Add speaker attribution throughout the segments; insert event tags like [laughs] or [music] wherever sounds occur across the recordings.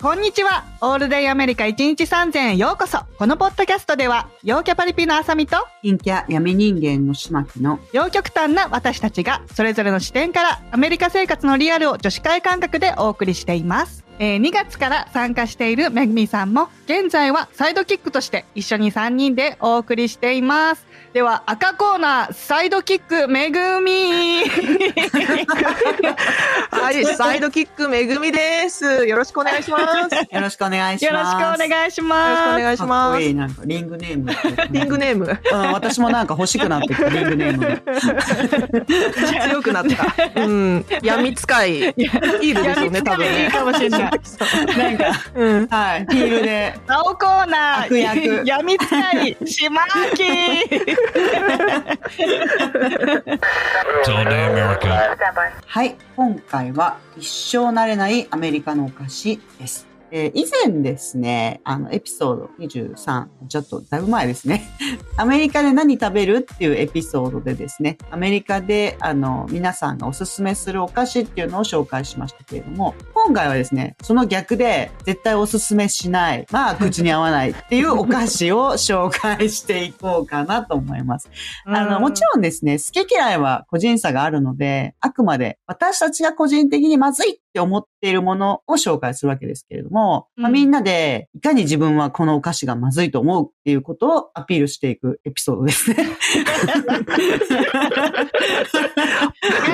Speaker 1: こんにちは。オールデイアメリカ1日3000へようこそ。このポッドキャストでは、陽キャパリピのあさみと、
Speaker 2: 陰キャ闇人間の島木の
Speaker 1: 陽極端な私たちが、それぞれの視点から、アメリカ生活のリアルを女子会感覚でお送りしています。えー2月から参加しているめぐみさんも、現在はサイドキックとして一緒に3人でお送りしています。では、赤コーナー、サイドキックめぐみ。
Speaker 3: はい、サイドキックめぐみです。よろしくお願いし
Speaker 2: [laughs]
Speaker 3: ます。よ
Speaker 2: よろしくお願いし
Speaker 1: よろ
Speaker 2: ま
Speaker 1: し
Speaker 2: す。
Speaker 1: くお願いし
Speaker 3: ろしくお
Speaker 1: ます。
Speaker 3: 願いし
Speaker 2: かっ
Speaker 3: ま
Speaker 2: こい
Speaker 3: す。
Speaker 2: いなんかリングネーム。
Speaker 3: リングネーム、
Speaker 2: うん、私もなんか欲しくなってきたリングネーム
Speaker 3: [laughs]
Speaker 2: が。
Speaker 3: 強くなった。うん、闇使い。いいですよね、多分
Speaker 1: いい
Speaker 3: ね。
Speaker 1: かもしれない。
Speaker 2: なんか、
Speaker 3: うん、
Speaker 2: はい、ヒールで。
Speaker 1: 青コーナー
Speaker 2: 悪役
Speaker 1: 闇使い島明
Speaker 4: All day America.
Speaker 2: はい、今回は一生慣れないアメリカのお菓子です。えー以前ですね、あの、エピソード23、ちょっとだいぶ前ですね。 [laughs] アメリカで何食べるっていうエピソードでですね、アメリカで、あの、皆さんがおすすめするお菓子っていうのを紹介しましたけれども、今回はですね、その逆で、絶対おすすめしない、まあ、口に合わないっていうお菓子を紹介していこうかなと思います。あの、もちろんですね、好き嫌いは個人差があるので、あくまで私たちが個人的にまずいって思っているものを紹介するわけですけれども、まあ
Speaker 1: うん
Speaker 2: みんなでいかに自分はこのお菓子がまずいと思うっていうことをアピールしていくエピソードですね。ど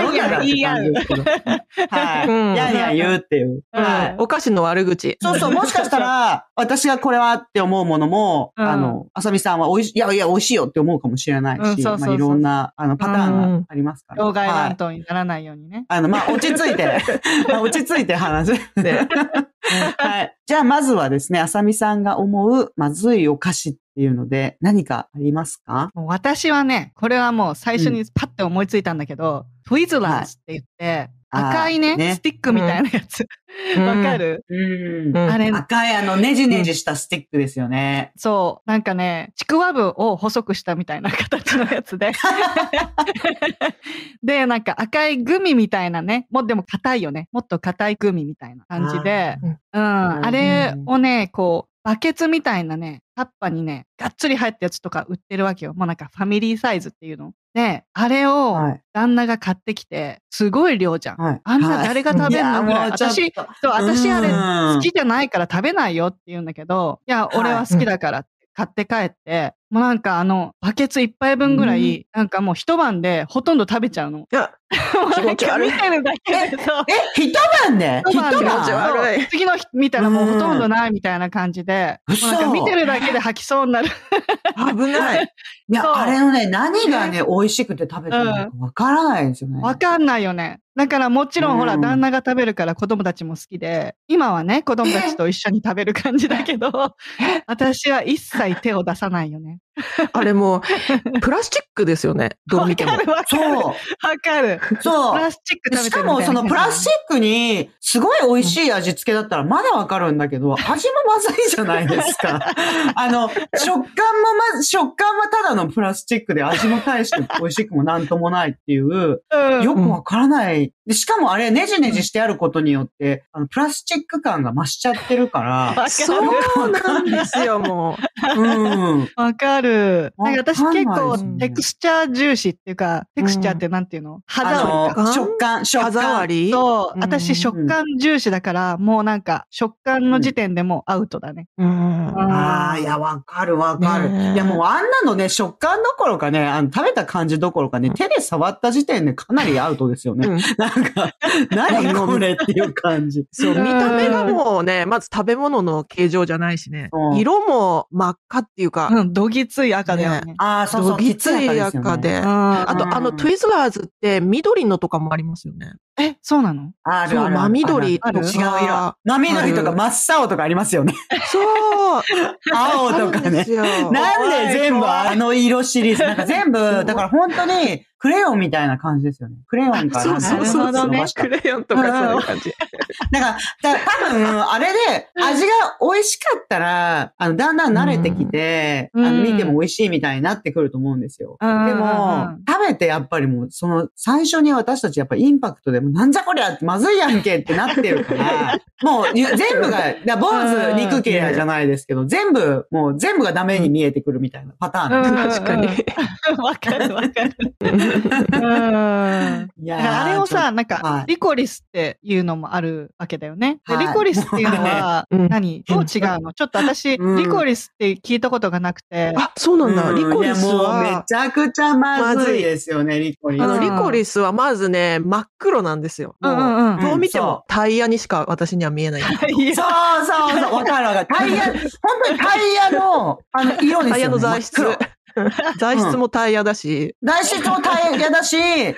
Speaker 2: うなんだって感じですけど。
Speaker 3: う
Speaker 2: はい。
Speaker 3: ん
Speaker 2: やんやん言うっていう。
Speaker 1: うん
Speaker 2: はい。
Speaker 3: お菓子の悪口。
Speaker 2: そうそう、もしかした
Speaker 1: [laughs]
Speaker 2: ら、私がこれはって思うものも、
Speaker 1: うん
Speaker 2: あの、あさみさんはおいしい、いやいや、美味しいよって思うかもしれな
Speaker 1: うん
Speaker 2: いし、
Speaker 1: そうそうそう
Speaker 2: まあいろんな、あの、パターンがありますから。
Speaker 1: 老害
Speaker 2: は
Speaker 1: 乱
Speaker 2: い。
Speaker 1: 闘にならないようにね。
Speaker 2: あの、まあ、落ち着いて、
Speaker 1: [laughs]
Speaker 2: まあ落ち着いて話す。
Speaker 3: ね
Speaker 2: [laughs] はい。じゃあ、まずはですね、あさみさんが思う、まずいお菓子っていうので、何かありますか
Speaker 1: もう私はね、これはもう最初にパッて思いついたんだけど、トイズラーズって言って、
Speaker 2: はい
Speaker 1: 赤い
Speaker 2: あ
Speaker 1: ね
Speaker 2: ーね
Speaker 1: スティックみたいなやつ。わ、か。る、
Speaker 2: うん
Speaker 3: うん
Speaker 1: あれ、
Speaker 2: 赤い、あの、ねじねじしたスティックですよね。
Speaker 1: そう、なんかね、ちくわぶを細くしたみたいな形のやつ
Speaker 2: [laughs]
Speaker 1: で。で、なんか赤いグミみたいなね、もうでも硬いよね。もっと硬いグミみたいな感じで。うん、
Speaker 2: うん
Speaker 1: あれをね、こう、バケツみたいなね、タッパにね、がっつり入ったやつとか売ってるわけよ。もうなんかファミリーサイズっていうの。で、あれ
Speaker 2: は
Speaker 1: を
Speaker 2: い。
Speaker 1: 旦那が買ってきて、すごい量じゃん。
Speaker 2: はい。
Speaker 1: あんな誰が食べんのぐらい。私、
Speaker 2: 好
Speaker 1: そう、私あれ好
Speaker 2: 好
Speaker 1: きじゃないから食べないよって言うんだけど、いや、俺は好きだからって買って帰って、もうなんかあの、バケツ一杯分ぐらい、なんかもう一晩でほとんど食べちゃうの。
Speaker 3: いや、気持ち悪い
Speaker 1: 見てるだけで、そう。
Speaker 2: え、一晩で
Speaker 1: 一晩で
Speaker 2: 一
Speaker 3: 気持ち悪い
Speaker 1: そう次の日見たらもうほとんどないみたいな感じで、
Speaker 2: うん
Speaker 1: もうなんか見てるだけで吐きそうになる。
Speaker 3: 危ない。
Speaker 1: そ
Speaker 2: い
Speaker 1: う
Speaker 2: や、あれのね、何がね、美味しくて食べたのかわからないですよね。
Speaker 1: わかんないよね。だからもちろんほら、
Speaker 2: うん
Speaker 1: 旦那が食べるから子供たちも好きで、今はね、子供たちと一緒に食べる感じだけど、 [laughs] 私は一切手を出さないよね。
Speaker 3: あれもう、プラスチックですよね。どう見ても
Speaker 1: わ。かるわかる。
Speaker 2: そう、
Speaker 1: わかる。プ
Speaker 2: そ
Speaker 1: ラ
Speaker 2: う。
Speaker 1: スチック食べ
Speaker 2: して
Speaker 1: るみた
Speaker 2: かも、
Speaker 1: いな
Speaker 2: そのプラスチ
Speaker 1: ッ
Speaker 2: ックに、すごい美味しい味付けだったらまだわかるんだ
Speaker 1: [laughs]
Speaker 2: けど、味もまずいじゃないですか。あの、食感もまず、食感はただのプラスチックで、味も大して美味しくもなんともないっていう、
Speaker 1: ク、うん
Speaker 2: よくわからない。でしかもあれ、ネジネジしてあることによって、あの、プラスチック感が増しちゃってるから、
Speaker 1: わかる。
Speaker 3: そうなんですよ、も
Speaker 2: うん。
Speaker 1: わかる。なんか私
Speaker 2: わかんない
Speaker 1: 結構
Speaker 3: ですね
Speaker 1: テクスチャー重視っていうか、テクスチャーってなんていうの肌触り
Speaker 2: あ
Speaker 1: か。
Speaker 2: の、食感、
Speaker 3: う。
Speaker 2: 食
Speaker 3: 歯触
Speaker 2: 感。
Speaker 3: り
Speaker 1: そう。
Speaker 3: うん
Speaker 1: 私食感重視だから、もうなんか食感の時点でもうアウトだね。
Speaker 3: うん
Speaker 2: ああ、いや、わかるわかる。
Speaker 3: ねえ
Speaker 2: いや、もうあんなのね、食感どころかね、あの、食べた感じどころかね、手で触った時点でかなりアウトですよね。
Speaker 3: うん
Speaker 2: なん [laughs] か、何これっていう感じ。
Speaker 3: そう、
Speaker 1: うん
Speaker 3: 見た目がもうね、まず食べ物の形状じゃないしね
Speaker 2: う。ん
Speaker 3: 色も真っ赤っていうか、
Speaker 1: うん、どぎつい赤だよね。
Speaker 2: ああ、そうそう。
Speaker 3: どぎつ
Speaker 2: き
Speaker 3: い
Speaker 2: つ
Speaker 3: 赤
Speaker 2: 赤ですよね。
Speaker 3: で。
Speaker 1: あ
Speaker 3: あと、
Speaker 2: うん
Speaker 3: あの、トゥイズラーズって緑のとかもありますよね。
Speaker 1: え、そうなの
Speaker 2: あ
Speaker 3: そ
Speaker 2: る
Speaker 3: う
Speaker 2: ある。
Speaker 3: 真緑
Speaker 2: ある
Speaker 1: と
Speaker 2: 違う
Speaker 1: か
Speaker 2: 色。真緑とか
Speaker 3: ある
Speaker 2: 真っ青とかあります [laughs] よね。
Speaker 3: そう
Speaker 2: 青と
Speaker 3: あ
Speaker 2: か
Speaker 3: るんで
Speaker 2: ね
Speaker 3: す。よ。
Speaker 2: なんで全部
Speaker 1: 怖い
Speaker 2: あの色シリーズなんか全部、
Speaker 3: [laughs]
Speaker 2: だから本当にクレヨンみたいな感じですよね。クレヨンか
Speaker 3: そ
Speaker 2: ら
Speaker 3: うそう
Speaker 2: な
Speaker 3: そう
Speaker 1: なるほ
Speaker 2: か
Speaker 3: んそ
Speaker 1: ど
Speaker 3: う、
Speaker 2: 伸ば
Speaker 1: ね
Speaker 2: した
Speaker 3: クレヨンとかそういう感じ。
Speaker 2: だから、だ多分、あれで、味が美味しかったら、あの、だんだん慣れてきて、
Speaker 1: うん
Speaker 2: あの
Speaker 1: うん
Speaker 2: 見ても美味しいみたいになってくると思うんですよ。
Speaker 1: うん
Speaker 2: でも、食べてやっぱりもう、その、最初に私たちやっぱインパクトでもなんじゃこりゃ、まずいやんけってなってる
Speaker 3: [laughs]
Speaker 2: から、もうゆ全部が、だ坊主肉系じゃないですけど、全部、もう全部がダメに見えてくるみたいなパターン。
Speaker 3: 確かに。
Speaker 1: [laughs] わかるわかる。うん。だか
Speaker 2: いや
Speaker 1: ら
Speaker 2: ー
Speaker 1: あれを
Speaker 2: ちょっ
Speaker 1: さ、なん
Speaker 2: は
Speaker 1: か、
Speaker 2: い
Speaker 1: リコリスっていうのもあるわけだよね。で
Speaker 2: はい
Speaker 1: リコリスっていうのは、
Speaker 3: うん
Speaker 1: 何どう違うのちょっと私、
Speaker 2: うん
Speaker 1: リコリスって聞いたことがなくて。
Speaker 3: あ、そうなんだ。
Speaker 2: うん
Speaker 3: リコリス
Speaker 2: いやもうめ
Speaker 3: は、
Speaker 2: ちゃくちゃま
Speaker 3: ま
Speaker 2: ず
Speaker 3: ず
Speaker 2: い
Speaker 3: い
Speaker 2: ですよね、リコリス。
Speaker 3: あ
Speaker 1: う
Speaker 3: の、
Speaker 1: ん
Speaker 3: リコリスはまずね、真っ黒なんですよ。
Speaker 1: うんうんうん。
Speaker 3: どう見て
Speaker 2: うん
Speaker 3: もタイヤにしか私には見えない。
Speaker 1: いや
Speaker 2: そうそうそう、わかるわかる。タイ [laughs] ヤ、本当にタイヤの、あの、色ですよ、ね。
Speaker 3: タイヤの材質
Speaker 2: 真っ黒。
Speaker 3: 材質もタイヤだし、
Speaker 2: 材質もタイヤだし、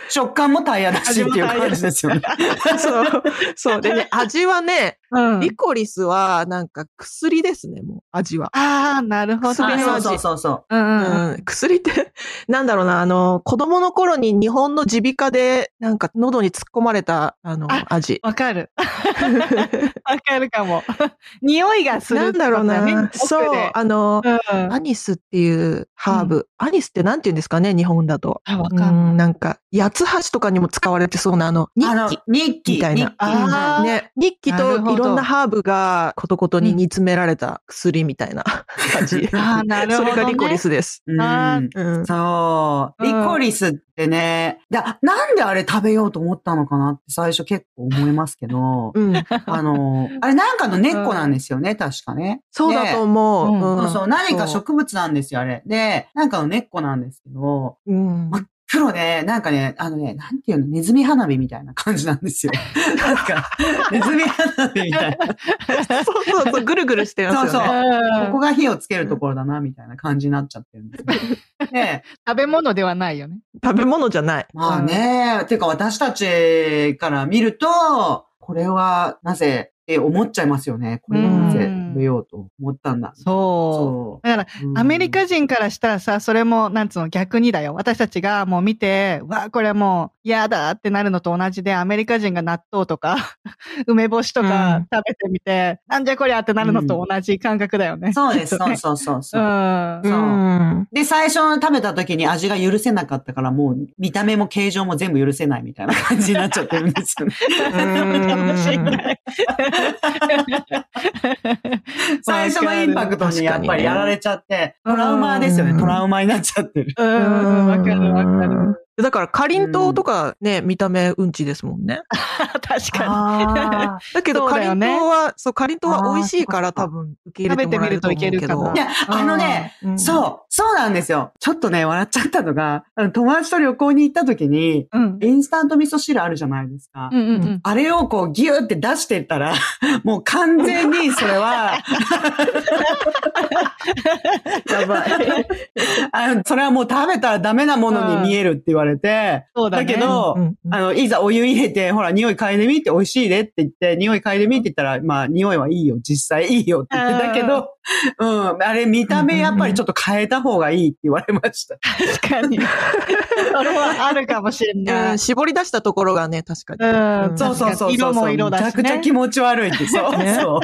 Speaker 2: 食感もタイヤだしっていう感じですよね。 [laughs]
Speaker 3: そう、そう。でね、味はね、
Speaker 1: うん
Speaker 3: リコリスはなんか薬ですね、もう、味は。
Speaker 1: ああ、なるほど。
Speaker 3: そ
Speaker 2: あ
Speaker 3: れの
Speaker 2: そう
Speaker 3: 味
Speaker 2: そうそうそう。
Speaker 1: うんうんうん。
Speaker 3: うん、薬って、 [laughs] なんだろうな、あの、子供の頃に日本の耳鼻科で、なんか喉に突っ込まれた、あの、
Speaker 1: あ
Speaker 3: 味。
Speaker 1: わかる。わかるかも。 [laughs] 匂いがする。
Speaker 3: なんだろうな、そう、あの、
Speaker 1: うん。
Speaker 3: アニスっていうハーブ、アニスってなんて言うんですかね、日本だと。
Speaker 1: あ、わ
Speaker 3: う
Speaker 1: かんない。
Speaker 3: ん、なんか、八つ橋とかにも使われてそうな、あの、日
Speaker 2: あの
Speaker 3: 記。、
Speaker 2: 日記。
Speaker 3: みたいな
Speaker 2: 日記
Speaker 1: あー
Speaker 3: ね、日記と
Speaker 1: なるほど
Speaker 3: いろんなハーブがことことに煮詰められた薬みた
Speaker 1: [laughs]
Speaker 3: いな感じ。
Speaker 1: ああ、なるほ
Speaker 3: そ
Speaker 1: ど、ね。
Speaker 3: れがリコリ
Speaker 1: [laughs]
Speaker 3: スです。
Speaker 2: うん
Speaker 1: あ
Speaker 3: うん。
Speaker 2: そう。
Speaker 1: う
Speaker 2: リ
Speaker 1: ん
Speaker 2: コリスってね、だなんであれ食べようと思ったのかなって最初結構思いますけど、
Speaker 3: うん、
Speaker 2: あの、あれなんかの根っこなんですよね、確かね。
Speaker 3: そうだと思う。
Speaker 1: ね
Speaker 3: うん
Speaker 2: そうそう、何か植物なんですよ、あれ。で、なんかの根っこなんですけど、
Speaker 3: うん
Speaker 2: 真っ黒で、なんかね、あのね、なんていうの、ネズミ花火みたいな感じなんです
Speaker 1: [laughs]
Speaker 2: よ。なんか、ネズミ花火みたいな。
Speaker 3: そうそうそう、ぐるぐるしてますよ
Speaker 2: そ
Speaker 3: ね。
Speaker 2: うそう
Speaker 1: うん
Speaker 2: ここが火をつけるところだな、みたいな感じになっちゃってるんです
Speaker 1: [laughs]
Speaker 2: よ。で、
Speaker 1: 食べ物ではないよね。
Speaker 3: 食べ物じゃない。
Speaker 2: まあね、てか私たちから見ると、これはなぜって思っちゃいますよね。これをなぜ食べようと思ったんだ。
Speaker 1: そう。だ
Speaker 2: そ
Speaker 1: から、
Speaker 2: う。うん
Speaker 1: アメリカ人からしたらさ、それも、なんつうの、逆にだよ。私たちがもう見て、わあ、これもう、嫌だってなるのと同じで、アメリカ人が納豆とか、梅干しと
Speaker 3: う
Speaker 1: か
Speaker 3: ん
Speaker 1: 食べてみて、なんじゃこりゃってなるのと同じ感覚だよね。
Speaker 2: [laughs] そうです、
Speaker 1: きっと
Speaker 2: そう
Speaker 1: ね
Speaker 2: そうそうそうう。
Speaker 1: ん。
Speaker 2: そう
Speaker 3: うん
Speaker 2: で、最初食べた時に味が許せなかったから、もう見た目も形状も全部許せないみたいな感じになっちゃってるんですよね。
Speaker 1: 楽しいね
Speaker 2: [laughs] 最初のインパクトにやっぱりやられちゃって、ト
Speaker 1: 確かにね
Speaker 2: ラウマですよね。
Speaker 3: うん
Speaker 2: トラウマになっちゃってる。
Speaker 1: うんうん、わかるわかる。
Speaker 3: だから、かりんとうとかね、見た目うんちですもんね。
Speaker 1: 確か
Speaker 2: あ
Speaker 3: だけど、
Speaker 1: そう
Speaker 3: か
Speaker 1: だ
Speaker 3: り
Speaker 1: よ
Speaker 3: ん
Speaker 1: ね
Speaker 3: とうは、そう、かりんとうは美味しいか
Speaker 2: あ
Speaker 3: ら
Speaker 2: ーそっ
Speaker 3: 多
Speaker 2: か
Speaker 3: 分受け入れてもらえると思うけど。
Speaker 1: 食べてみるといけるかも
Speaker 2: あ。いや、あのね、
Speaker 3: うん、
Speaker 2: そう、そうなんですよ。ちょっとね、笑っちゃったのが、あの友達と旅行に行った時に、
Speaker 1: に。うん。
Speaker 2: インスタント味噌汁あるじゃないですか。
Speaker 1: うんうんうん。
Speaker 2: あれをこうギューって出してったら、 [laughs] もう完全にそれは、 [laughs] やばい。あの、それはもう食べたらダメなものに見えるって言われて、
Speaker 1: そうだ
Speaker 2: だ
Speaker 1: ね。
Speaker 2: けど、
Speaker 3: うんうん
Speaker 2: あの、いざお湯入れて、ほら、匂い嗅いでみって美味しいでって言って、匂い嗅いでみって言ったら、まあ、匂いはいいよ、実際いいよって言ってたけど、うん、あれ見た目やっぱりちょっと変えた方がいいって言われました。
Speaker 1: 確かに。それはあるかもしれな
Speaker 3: う
Speaker 1: い
Speaker 3: ん。絞り出したところがね、確かに。
Speaker 1: うん
Speaker 3: ん
Speaker 2: そうそうそうそう。
Speaker 1: 色も色だしね
Speaker 2: めちゃくちゃ気持ち悪いって。そう
Speaker 3: ね
Speaker 2: そう。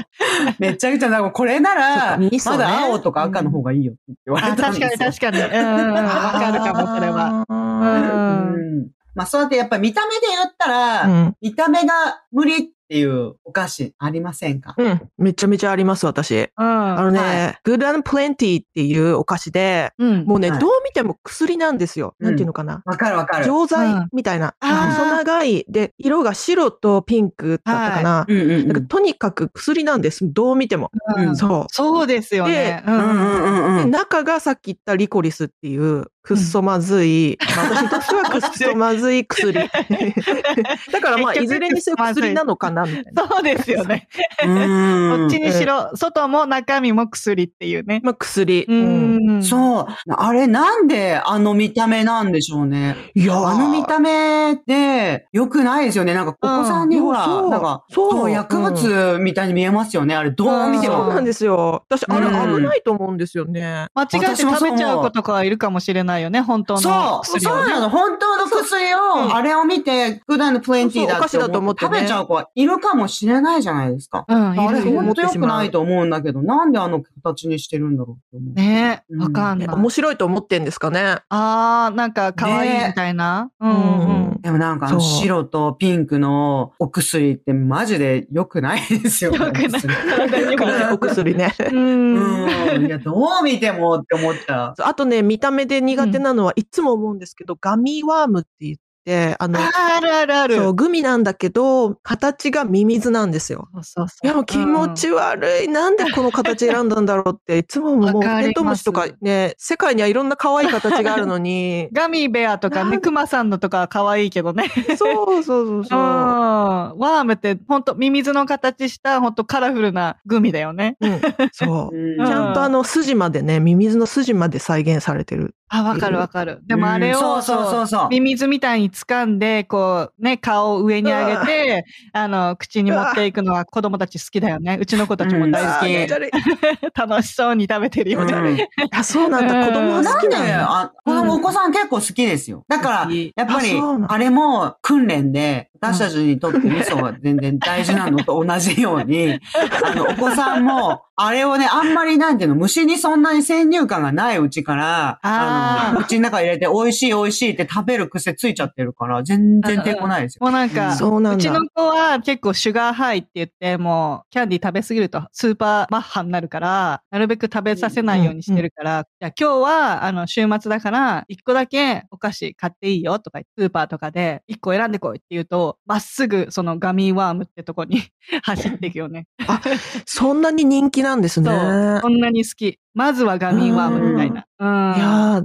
Speaker 2: めちゃくちゃ、なんかこれなら、
Speaker 3: そうか味噌
Speaker 2: ま
Speaker 3: ね
Speaker 2: だ青とか赤の方がいいよって言われ
Speaker 1: あ
Speaker 2: たん
Speaker 1: 確
Speaker 2: ですよ
Speaker 1: か。に確かに。うんうんうん。わかるかも、それは。
Speaker 3: は
Speaker 1: うん
Speaker 2: うん。まあそうやってやっぱり見た目で言ったら、
Speaker 3: うん。
Speaker 2: 見た目が無理っていうお菓子ありませんか、
Speaker 3: うん。めちゃめちゃあります、私。あ
Speaker 1: う
Speaker 3: の
Speaker 2: は
Speaker 3: ね、Good and Plenty っていうお菓子で、
Speaker 1: ん。うん。
Speaker 3: もうね、
Speaker 2: はい
Speaker 3: どう見ても薬なんですよ。
Speaker 2: うん
Speaker 3: なんていうのかな。
Speaker 2: わかるわかる。
Speaker 3: 錠
Speaker 1: う
Speaker 3: 剤
Speaker 1: ん
Speaker 3: みたいな。
Speaker 1: あー
Speaker 3: 細長い。で、色が白とピンクだったかな。
Speaker 2: うんうんうん
Speaker 3: なんかとにかく薬なんです。どう見ても。
Speaker 1: うん
Speaker 3: そ
Speaker 1: そうですよね。う
Speaker 2: うん
Speaker 1: ん。
Speaker 2: うんうんう
Speaker 3: う。で
Speaker 2: ん。
Speaker 3: 中がさっき言ったリコリスっていう、くっそま
Speaker 2: [laughs]
Speaker 3: ずい。まあ私にとってはくっそまずい薬。だからまあ、
Speaker 1: 結局
Speaker 3: いずれにせよ薬なのかな、みたいな。
Speaker 1: [laughs] そうですよね。
Speaker 2: うん
Speaker 1: どっちにしろ、外も中身も薬っていうね。
Speaker 3: まあ、薬。
Speaker 1: う
Speaker 3: うん
Speaker 1: ん。う。
Speaker 2: そう。あれなんであの見た目なんでしょうね。
Speaker 3: いやー
Speaker 2: あの見た目って良くないですよね。なんかお子さんに
Speaker 3: うん
Speaker 2: ほら、
Speaker 3: そう
Speaker 2: なんか、
Speaker 3: そう
Speaker 2: そう、薬物みたいに見えますよね。あれ、どう見て
Speaker 3: そう
Speaker 2: も。
Speaker 3: なんですよ。私、あれ
Speaker 2: うん
Speaker 3: 危ないと思うんですよね。
Speaker 1: 間違えて食べちゃう子とかはいるかもしれないよね、本当
Speaker 2: そ
Speaker 1: の
Speaker 2: う、そう
Speaker 1: 薬をね。
Speaker 2: なの。本当の薬を、あれを見て、普段のプレンティーだって
Speaker 3: そうそうお菓子だと思ってね
Speaker 2: 食べちゃう子はいるるかもしれないじゃないですか。
Speaker 1: うん、い
Speaker 2: あれ、
Speaker 1: るい
Speaker 3: 思
Speaker 2: 本
Speaker 1: る
Speaker 3: っ。
Speaker 2: 当良くないと思うんだけど、なんであの形にしてるんだろうって思う。
Speaker 1: ね
Speaker 2: うん
Speaker 1: わかんない。
Speaker 3: 面白いと思ってんですかね。
Speaker 1: あー、なんか可愛いみたいな。うんうん
Speaker 2: でもなんかあの
Speaker 3: そう
Speaker 2: 白とピンクのお薬ってマジで良くないですよ。
Speaker 1: 良く
Speaker 2: [laughs]
Speaker 1: ない
Speaker 3: よくないお薬ね。
Speaker 1: うん。
Speaker 2: うん。いや、どう見てもって思っちゃう。
Speaker 3: [laughs] あとね、見た目で苦手なのは、いつも思うんですけど、ガミワームって言って、あの、
Speaker 1: あ [laughs] ーあるあるある。
Speaker 3: そう、グミなんだけど、形がミミズなんですよ。
Speaker 1: そうそうそう
Speaker 3: いや、もう気持ち悪い。なんでこの形選んだんだろうって、いつももう、
Speaker 1: [laughs] わかります、
Speaker 3: テントウムシとかね、世界にはいろんな可愛い形があるのに
Speaker 1: [laughs] ガミーベアとか
Speaker 3: な
Speaker 1: ね、
Speaker 3: ん
Speaker 1: クマさんのとかは可愛いけどね。
Speaker 3: そうそうそう
Speaker 1: うん。
Speaker 3: そう。
Speaker 1: ワームって、ほんと、ミミズの形した、ほんとカラフルなグミだよね。
Speaker 3: うん、そう。
Speaker 2: うん
Speaker 1: う
Speaker 3: ちゃんとあの筋までね、ミミズの筋まで再現されてる。
Speaker 1: あ、わかるわかる。でもあれを、
Speaker 2: うんそうそうそうそう。
Speaker 1: ミミズみたいに掴んで、こうね、顔を上に上げて、あの、口に持っていくのは子供たち好きだよね。うちの子たちも大好
Speaker 2: うん
Speaker 1: き。
Speaker 2: 好
Speaker 1: 楽しそうに食べてるよね。
Speaker 2: うん
Speaker 3: あ、そうなんだ。
Speaker 1: うん
Speaker 3: 子供は
Speaker 2: な
Speaker 3: 好き
Speaker 2: んで、
Speaker 3: なんだ。
Speaker 2: あ、このお子さん結構好きですよ。だから、やっぱり
Speaker 3: あそうな、の
Speaker 2: あれも訓練で、私たちにとって味噌は全然大事なのと同じよう
Speaker 1: [laughs]
Speaker 2: に、あの、お子さんも、あれをね、あんまりなんていうの、虫にそんなに先入観がないうちから、
Speaker 1: あー
Speaker 2: あの、口の中入れて、美味しい美味しいって食べる癖ついちゃってるから、全然抵抗ないですよ。
Speaker 1: もうなん
Speaker 2: う
Speaker 1: か、
Speaker 2: ん
Speaker 3: そうなん
Speaker 1: う
Speaker 3: だ。
Speaker 1: ちの子は結構シュガーハイって言って、もうキャンディー食べ過ぎるとスーパーマッハになるから、なるべく食べさせないようにしてるから、じゃあ今日はあの週末だから、一個だけお菓子買っていいよとか言って、スーパーとかで一個選んでこいって言うと、まっすぐそのガミーワームってとこに [laughs] 走っていくよね。
Speaker 3: そんなに人気なんですね。い
Speaker 1: そう。
Speaker 3: や
Speaker 1: こんなに好き。まずはガミーワームみたいな。うん。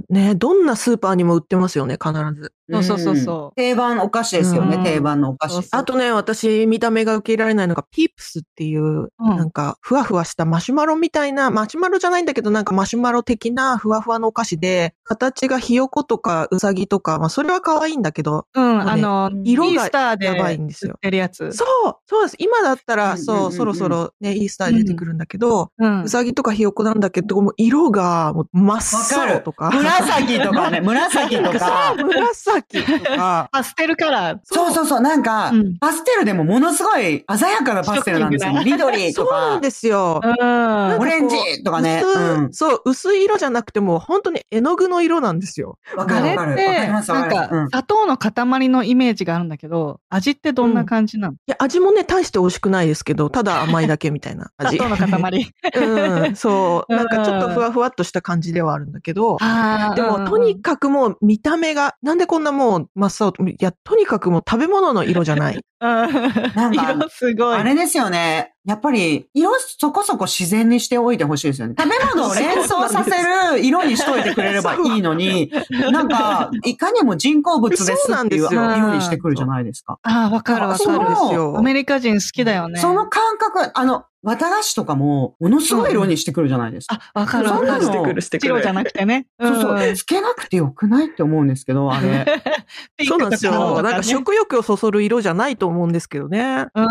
Speaker 3: ーね、どんなスーパーにも売ってますよね、必ず。
Speaker 1: そうそうそうそうん
Speaker 2: 定番お菓子ですよね、
Speaker 1: うん
Speaker 2: 定番のお菓
Speaker 1: そう
Speaker 2: 子
Speaker 1: そ。う
Speaker 3: あとね、私、見た目が受け入れられないのが、ピープスっていう、
Speaker 1: うん
Speaker 3: なんか、ふわふわしたマシュマロみたいな、マシュマロじゃないんだけど、なんかマシュマロ的なふわふわのお菓子で、形がひよことかうさぎとか、まあ、それは可愛いんだけど、
Speaker 1: うん、あの、
Speaker 3: 色
Speaker 1: イー
Speaker 3: が
Speaker 1: スターで
Speaker 3: やばい
Speaker 1: 売
Speaker 3: んですよ
Speaker 1: っ。てるやつ。
Speaker 3: そうそうです。今だった
Speaker 2: う
Speaker 3: ら、
Speaker 2: ん
Speaker 3: そう、
Speaker 2: うんうん
Speaker 3: そろそろね、イースター出てくるんだけど、
Speaker 1: うん
Speaker 3: う。さぎとかひよこなんだけど、もう色がもう真っ青とか、
Speaker 2: 紫とかね、紫とか。
Speaker 3: 紫とか、
Speaker 1: パステルカラー。
Speaker 2: そうそうそう、なんか、
Speaker 1: うん
Speaker 2: パステルでもものすごい鮮やかなパステルなんですよ。
Speaker 1: ショッ
Speaker 2: 緑
Speaker 3: そ
Speaker 2: と
Speaker 3: うな
Speaker 2: か
Speaker 3: ん、ですよ。
Speaker 1: うん
Speaker 3: なん
Speaker 2: オ
Speaker 3: か
Speaker 2: レンジとかね。
Speaker 3: 薄
Speaker 2: う
Speaker 3: い
Speaker 2: ん。
Speaker 3: そう、薄い色じゃなくても、本当に絵の具の色なんですよ。
Speaker 2: わか
Speaker 1: あ
Speaker 2: る
Speaker 1: れ
Speaker 2: わ
Speaker 1: っ
Speaker 2: かる。わか
Speaker 1: て、
Speaker 2: ります
Speaker 1: な
Speaker 2: わ
Speaker 1: ん
Speaker 2: かる。う
Speaker 1: か
Speaker 2: ん、
Speaker 1: 砂糖の塊のイメージがあるんだけど、味ってどんな感じなの、
Speaker 3: いや、味もね、大して美味しくないですけど、ただ甘いだけみたいな味。
Speaker 1: [laughs] 砂糖の
Speaker 2: [laughs]
Speaker 1: 塊。
Speaker 3: [laughs] うん、そう。
Speaker 1: [laughs] うん
Speaker 3: なんかちょっとふわふわっとした感じではあるんだけど、
Speaker 1: あー
Speaker 3: でも、とにかくもう見た目が、なんでこんなもう真っ青、いや、とにかくもう食べ物の色じゃない。
Speaker 1: うん、
Speaker 2: んか
Speaker 1: 色すごい。
Speaker 2: あれですよね。やっぱり、色そこそこ自然にしておいてほしいですよね。食べ物を連想させる色にしといてくれればいいのに、なんか、いかにも人工物です
Speaker 3: そうな
Speaker 2: っ
Speaker 3: ん
Speaker 2: て
Speaker 3: で
Speaker 2: い
Speaker 3: す
Speaker 2: う
Speaker 3: よ
Speaker 2: 色にしてくるじゃないですか。
Speaker 1: ああ、わかるわ
Speaker 3: そう
Speaker 1: かる。
Speaker 3: なんです
Speaker 1: アメ
Speaker 3: よ。
Speaker 1: リカ人好きだよね。
Speaker 2: その感覚、あの、綿菓子とかも、ものすごい色にしてくるじゃないですか。
Speaker 1: あ、わかる
Speaker 2: そ
Speaker 1: わ
Speaker 2: ん
Speaker 1: か
Speaker 2: な
Speaker 1: る
Speaker 2: の。
Speaker 3: して
Speaker 1: 白じゃなくてね。
Speaker 2: そうそう。つけなくてよくないって思うんですけど、あれ。
Speaker 1: ピン
Speaker 3: そう
Speaker 1: ク
Speaker 3: な
Speaker 1: と
Speaker 3: んです
Speaker 1: か青
Speaker 3: よ。
Speaker 1: と
Speaker 3: なんか
Speaker 1: ね
Speaker 3: 食欲をそそる色じゃないと思うんですけどね。
Speaker 1: うん。
Speaker 2: そう、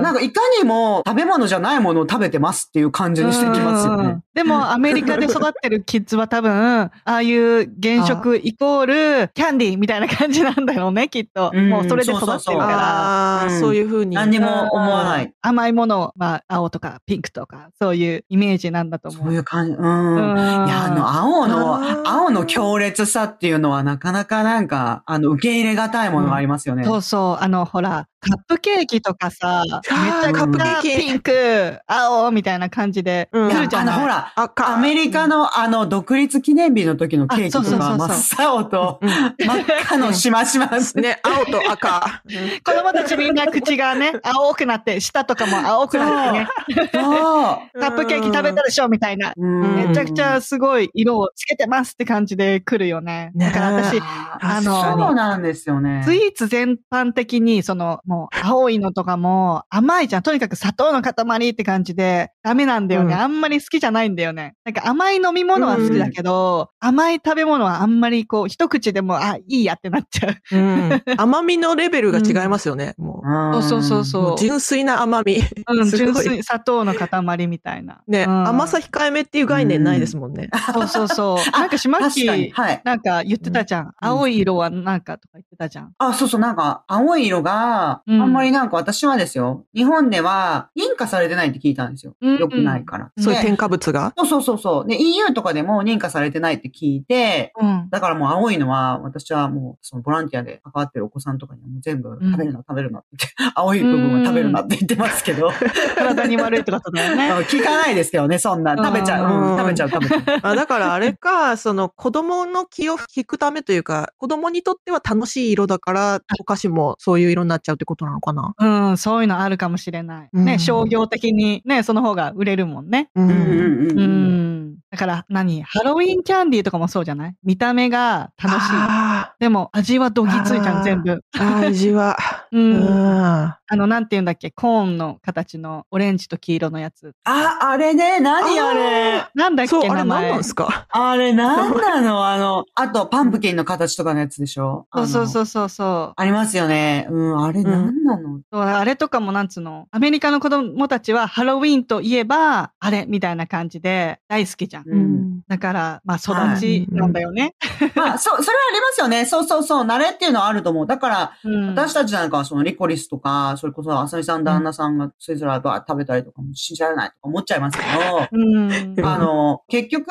Speaker 2: なんかいかにも食べ物じゃないものを食べてますっていう感じにしてきますよ
Speaker 1: うんうんう
Speaker 2: ね
Speaker 1: ん。で
Speaker 2: [laughs]
Speaker 1: も、アメリカで育ってるキッズは多分、ああいう原色イコールキャンディーみたいな感じなんだろうね、きっと。
Speaker 2: うん
Speaker 1: もうそれで育ってるから。
Speaker 3: ああ
Speaker 2: う
Speaker 3: ー、
Speaker 2: ん
Speaker 3: そういうふうに。
Speaker 2: 何にも思わない。
Speaker 1: 甘いものは青とかピンクとか、そういうイメージなんだと思う。
Speaker 2: そういう感じ。うん。
Speaker 1: うん
Speaker 2: いや、あの、青
Speaker 3: あ
Speaker 2: の、
Speaker 3: ー
Speaker 2: 青の強烈さっていうのはなかなかなんか、あの、受け入れがたいものがありますよね。
Speaker 1: そうそう、あの、ほら、カップケーキとかさ、めちゃ
Speaker 2: カッ
Speaker 1: く
Speaker 2: プ
Speaker 1: ち
Speaker 2: ケ
Speaker 3: ー
Speaker 1: ゃ
Speaker 3: キ
Speaker 1: ピンク、青みたいな感じで
Speaker 3: う
Speaker 1: 来
Speaker 3: ん
Speaker 1: る
Speaker 2: い
Speaker 1: じゃ
Speaker 2: や、あの、
Speaker 1: ない、
Speaker 2: ほら、
Speaker 3: 赤。
Speaker 2: アメリカのあの、独立記念日の時のケーキと
Speaker 1: あそうそう
Speaker 2: か、
Speaker 1: そうそう
Speaker 2: 真っ青と
Speaker 3: うん
Speaker 2: 真っ赤のしまし
Speaker 1: [laughs]
Speaker 2: まですね。
Speaker 3: ね、青と赤。
Speaker 1: 子供たちみんな口が
Speaker 2: [laughs]
Speaker 1: ね、青くなって、舌とかも青くなってね、
Speaker 2: そう
Speaker 1: [laughs] カップケーキ食べたでしょみたいな。
Speaker 2: うん
Speaker 1: めちゃくちゃすごい色をつけてますって感じで来るよね。
Speaker 3: ね
Speaker 1: だから私、
Speaker 2: あ
Speaker 1: あ
Speaker 2: の、
Speaker 1: の
Speaker 2: そうなんですよね。
Speaker 1: スイーツ全般的に、その、もう、青いのとかも、甘いじゃん。とにかく砂糖の塊って感じで、ダメなんだよね。
Speaker 3: うん
Speaker 1: あんまり好きじゃないんだよね。なんか甘い飲み物は好きだけど、甘い食べ物はあんまりこう、一口でも、あ、いいやってなっちゃう。
Speaker 3: うん甘みのレベルが違いますよね。も
Speaker 2: ん
Speaker 1: そうそうそう
Speaker 3: う。も
Speaker 1: そう
Speaker 3: 純粋な甘み。
Speaker 1: う。うん、
Speaker 3: すご
Speaker 1: 純
Speaker 3: い
Speaker 1: 粋。に砂糖の塊みたいな。
Speaker 3: ね、
Speaker 1: うん
Speaker 3: 甘さ控えめっていう概念ないですもんね。
Speaker 1: そうそう
Speaker 3: [laughs]
Speaker 1: そう。なんかしまっ
Speaker 2: 確
Speaker 1: き
Speaker 2: か
Speaker 1: ー、
Speaker 2: に。はい。
Speaker 1: なんか言ってたじゃん。青い色はなんかとか言ってたじゃ
Speaker 3: [laughs]
Speaker 1: ん。
Speaker 2: あ、そうそう、なんか、青い色が、
Speaker 1: うん
Speaker 2: あんまりなんか私はですよ、日本では認可されてないって聞いたんですよ。
Speaker 1: うん
Speaker 2: 良くないから。
Speaker 3: そういう
Speaker 2: で
Speaker 3: 添加物が。
Speaker 2: そうそうそうそう。で、EU とかでも認可されてないって聞いて、
Speaker 1: うん。
Speaker 2: だからもう青いのは、私はもう、そのボランティアで関わってるお子さんとかにはもう全部
Speaker 1: ん
Speaker 2: 食べるな、食べるなって [laughs] 言って、青い部分は食べるなって言ってますけど、
Speaker 1: 体に悪いってことだよ
Speaker 3: [laughs]
Speaker 1: ね。
Speaker 2: 聞かないですけどね、そんな。食べちゃう、
Speaker 3: う
Speaker 2: うんん食べちゃう、食べちゃう。
Speaker 3: あだからあれか、その子供の気を引くためというか、子供にとっては楽しい色だから、お菓子もそういう色になっちゃうってことなのかな。
Speaker 1: うん、そういうのあるかもしれない。ね、
Speaker 3: うん
Speaker 1: 商業的にね、その方が売れるもんね。
Speaker 3: う
Speaker 2: うんうんうん
Speaker 1: う
Speaker 2: うん。
Speaker 1: ん。だから何ハロウィンキャンディーとかもそうじゃない見た目が楽しい。
Speaker 3: あ
Speaker 1: でも味はどぎついじゃ
Speaker 3: あー
Speaker 1: ん、全部。
Speaker 3: ーあー、味は。
Speaker 1: う。
Speaker 3: うんん。
Speaker 1: あの、なんて言うんだっけコーンの形のオレンジと黄色のやつ。
Speaker 2: あ、あれね、何あれ。
Speaker 1: なんだっ
Speaker 3: そう、
Speaker 1: け
Speaker 3: あれ
Speaker 1: 名
Speaker 3: 何
Speaker 1: 前。
Speaker 3: なんですか
Speaker 2: あれ、なんなのあの、あと、パンプキンの形とかのやつでしょ
Speaker 1: そうそう
Speaker 2: う。
Speaker 1: そうそうそう。
Speaker 2: ありますよね。うん、あれ、なんなの、
Speaker 1: そうあれとかもなんつうの、アメリカの子供たちはハロウィンといえば、あれみたいな感じで大好きじゃん。
Speaker 2: うん
Speaker 1: だから、まあ育ちなんだよね。
Speaker 2: まあ、そう、それはありますよね。そうそうそう。慣れっていうのはあると思う。だから、
Speaker 1: うん
Speaker 2: 私たちなんかはそのリコリスとか、それこそ、あさみさん、旦那さんがそれぞれバーッ食べたりとかも信じられないとか思っちゃいますけど、
Speaker 1: うん。
Speaker 3: うん
Speaker 2: あの、結局、